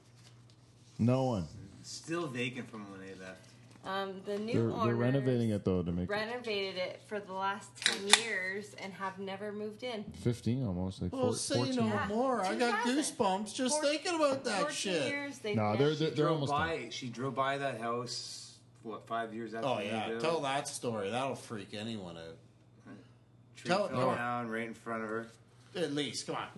B: No one.
F: Still vacant from when they left.
C: Um, the new
B: They're,
C: owners
B: they're renovating it though to make it
C: Renovated it for the last ten years and have never moved in.
B: 15 almost like
E: Well,
B: four-
E: say
B: 14.
E: no
C: Yeah,
E: more. I got
C: 2000.
E: goosebumps just
C: Four-
E: thinking about that
C: Fourteen
E: shit.
C: years they've
B: No,
C: been-
B: they're they're, they're
Q: drove
B: almost
Q: by.
B: done.
Q: She drove by that house. What five years after?
E: Oh
Q: they
E: yeah,
Q: built?
E: tell that story. That'll freak anyone out.
Q: Tree
E: tell-
Q: fell
E: no.
Q: down right in front of her.
E: At least, come on.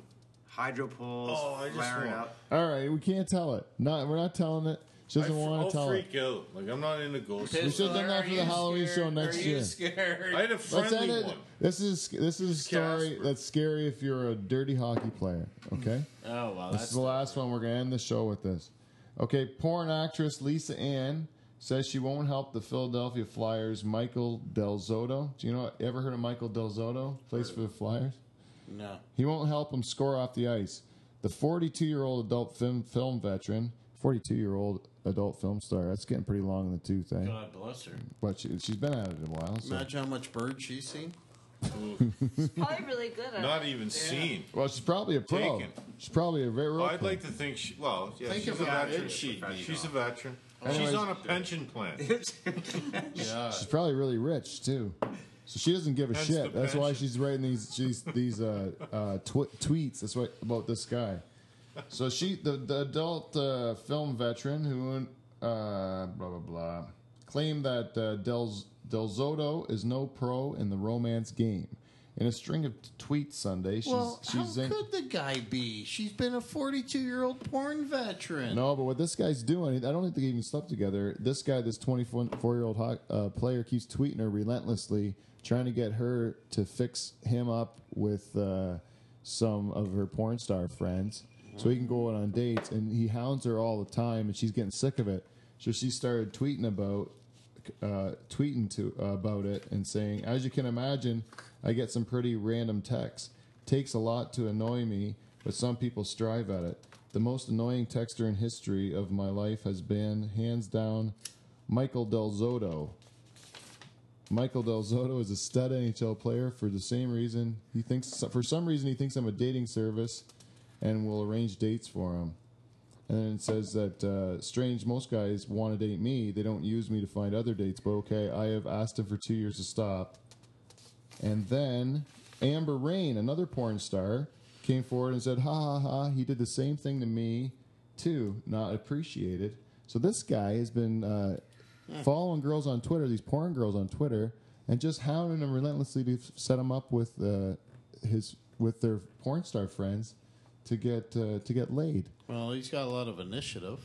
Q: Hydro poles
D: Oh, I just
Q: flaring
D: want-
Q: up.
B: All right, we can't tell it. Not we're not telling it. She doesn't
D: I
B: want to
D: will
B: tell it.
D: freak out. Like I'm not into ghosts.
B: We should have done that for the Halloween show next
E: Are you
B: year.
E: scared?
D: I had a
B: Let's end
D: friendly
B: it.
D: one.
B: This is this is a story
D: Casper.
B: that's scary if you're a dirty hockey player. Okay,
H: Oh,
E: Mm.
H: well,
B: this is
H: that's.
B: the last one. We're gonna end the show with this. Okay, porn actress Lisa Ann says she won't help the Philadelphia Flyers. Michael Del Zotto. Do you know? Ever heard of Michael Del Zotto? Plays for the Flyers.
E: No.
B: He won't help him score off the ice. The 42 year old adult film, film veteran, 42 year old adult film star. That's getting pretty long in the tooth, eh?
H: God bless her.
B: But she, she's been at it a while. So.
E: Imagine how much bird she's seen.
C: probably really good at
D: Not even seen.
B: Well, she's probably a pro.
D: Taken.
B: She's probably a very real
D: I'd
B: pro.
D: like to think she. Well, yeah,
E: Think
D: she's
E: of
D: a
E: how
D: veteran.
E: good she'd be.
D: She's a veteran.
B: Anyways-
D: she's on a pension plan.
E: Yeah.
B: She's probably really rich too. So she doesn't give a
D: Hence
B: shit.
D: the
B: That's why
D: pension.
B: she's writing these she's, these uh, uh, tw- tweets. That's what about this guy. So she the, the adult uh, film veteran who uh, blah blah blah claimed that uh, Del Del Zotto is no pro in the romance game. In a string of tweets Sunday, she's
E: well,
B: she's
E: how
B: zing-
E: could the guy be? She's been a 42 year old porn veteran.
B: No, but what this guy's doing, I don't think they even slept together. This guy, this 24 year old uh, player, keeps tweeting her relentlessly, trying to get her to fix him up with uh, some of her porn star friends so he can go out on dates. And he hounds her all the time, and she's getting sick of it. So she started tweeting about uh, tweeting to about it and saying, "As you can imagine, I get some pretty random texts. Takes a lot to annoy me, but some people strive at it. The most annoying texter in history of my life has been, hands down, Michael Del Zotto. Michael Del Zotto is a stud NHL player for the same reason. He thinks, for some reason, he thinks I'm a dating service, and will arrange dates for him." And then it says that uh, strange. Most guys want to date me. They don't use me to find other dates. But okay, I have asked him for two years to stop. And then Amber Rain, another porn star, came forward and said, "Ha ha ha! He did the same thing to me, too. Not appreciated. So this guy has been uh, following girls on Twitter, these porn girls on Twitter, and just hounding them relentlessly to f- set them up with uh, his with their porn star friends to get uh, to get laid.
R: Well, he's got a lot of initiative.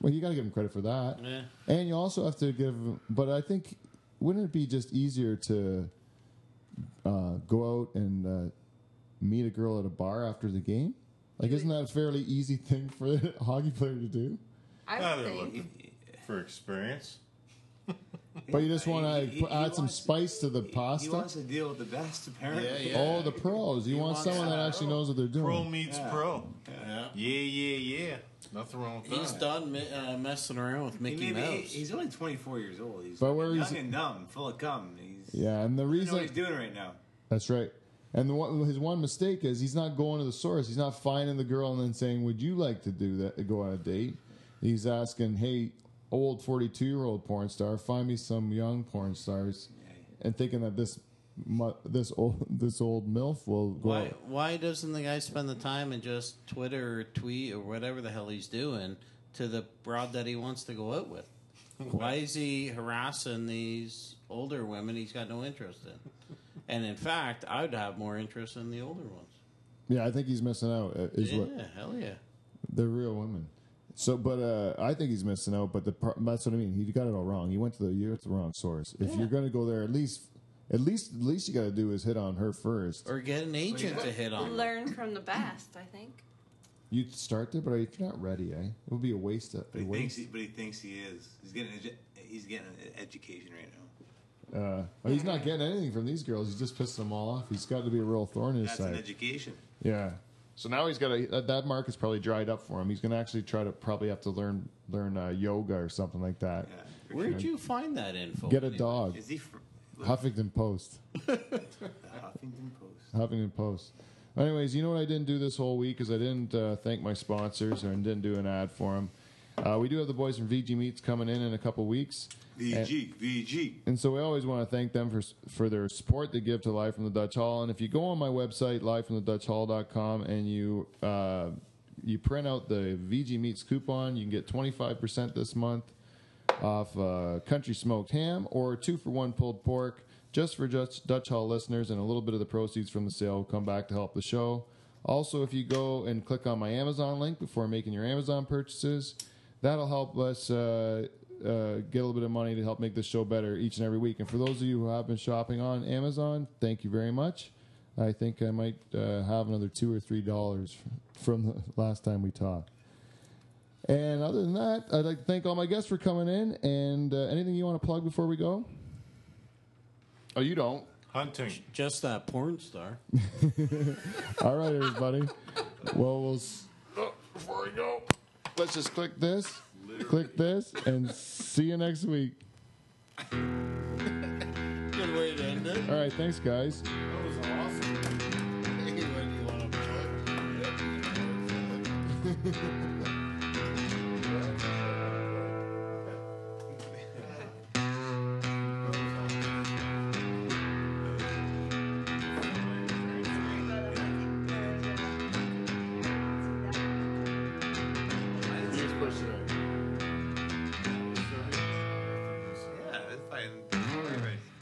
B: Well, you got to give him credit for that.
R: Yeah.
B: And you also have to give. But I think wouldn't it be just easier to uh, go out and uh, meet a girl at a bar after the game? Like, isn't that a fairly easy thing for a hockey player to do?
C: I
D: Ah,
C: would
D: they're
C: think.
D: looking for experience.
B: But you just want
F: He- he-
B: to add
F: he
B: some
F: wants-
B: spice to the
F: He
B: pasta.
F: wants to deal with the best, apparently.
R: Yeah, yeah.
B: Oh, the pros! You
R: He
B: want
R: wants
B: someone that
R: that
B: actually
R: pro.
B: knows what they're
D: Pro
B: doing.
D: meets
F: Yeah.
D: pro.
R: Yeah.
D: Yeah, yeah, yeah. Nothing wrong with
E: He's
D: that.
E: done mi- uh, messing around with
F: He may
E: Mickey
F: be-
E: Mouse.
F: he's only 24 years old. He's
B: But where
F: young
B: is it-
F: and dumb, full of cum. He's,
B: Yeah, and the
F: You know what
B: reason
F: he's doing right now.
B: That's right. And the one, his one mistake is he's not going to the source. He's not finding the girl and then saying, "Would you like to do that? Go on a date?" He's asking, "Hey, old forty-two-year-old porn star, find me some young porn stars," and thinking that this mu- this old this old milf will go.
E: Why, why doesn't the guy spend the time and just Twitter or tweet or whatever the hell he's doing to the broad that he wants to go out with? Why is he harassing these older women he's got no interest in? And in fact, I would have more interest in the older ones.
B: Yeah, I think he's missing out. uh, Is
E: yeah,
B: what
E: hell yeah.
B: They're real women. So, but uh, I think he's missing out. But the pro- that's what I mean. He got it all wrong. He went to the you're at the wrong source. If you're going to go there, at least, at least, at least you got to do is hit on her first.
E: Or get an agent to hit on. them.
C: Learn from the best, I think.
B: You start there, but are you you're not ready? Eh? It would be a waste. Of,
F: But
B: a
F: he thinks
B: waste.
F: he, but he thinks he is. He's getting edu- he's getting an education right now.
B: Uh, well, he's not getting anything from these girls. He's just pissing them all off. He's got to be a real thorn in his
F: That's an
B: side.
F: education.
B: yeah. So now he's got to, that, that market's probably dried up for him. He's going to actually try to probably have to learn learn uh, yoga or something like that.
F: Yeah. for
E: Where'd you find that info?
B: Get a dog.
F: sure. Is he from
B: Huffington Post.
F: Huffington Post?
B: Huffington Post. Anyways, you know what I didn't do this whole week is I didn't uh, thank my sponsors and didn't do an ad for them. Uh, we do have the boys from VG Meats coming in in a couple weeks. And-
F: VG, VG.
B: and so we always want to thank them for for their support they give to Live from the Dutch Hall. And if you go on my website, livefromthedutchhall.com, and you uh, you print out the VG Meats coupon, you can get 25% this month off uh, country smoked ham or two for one pulled pork just for Dutch, Dutch Hall listeners. And a little bit of the proceeds from the sale will come back to help the show. Also, if you go and click on my Amazon link before making your Amazon purchases, that'll help us uh, uh, get a little bit of money to help make this show better each and every week. And for those of you who have been shopping on Amazon, thank you very much. I think I might uh, have another two or three dollars from the last time we talked. And other than that, I'd like to thank all my guests for coming in. And uh, anything you want to plug before we go? Oh, you don't.
D: Hunting.
E: Just that porn star.
B: All right, everybody. well, we'll. S-
R: Oh,
B: before we go, let's just click this, click this, and see you next week.
R: Good way to end it.
B: All right, thanks, guys.
R: That was awesome. Hey, when you want to
F: Yeah, that's fine. Everybody.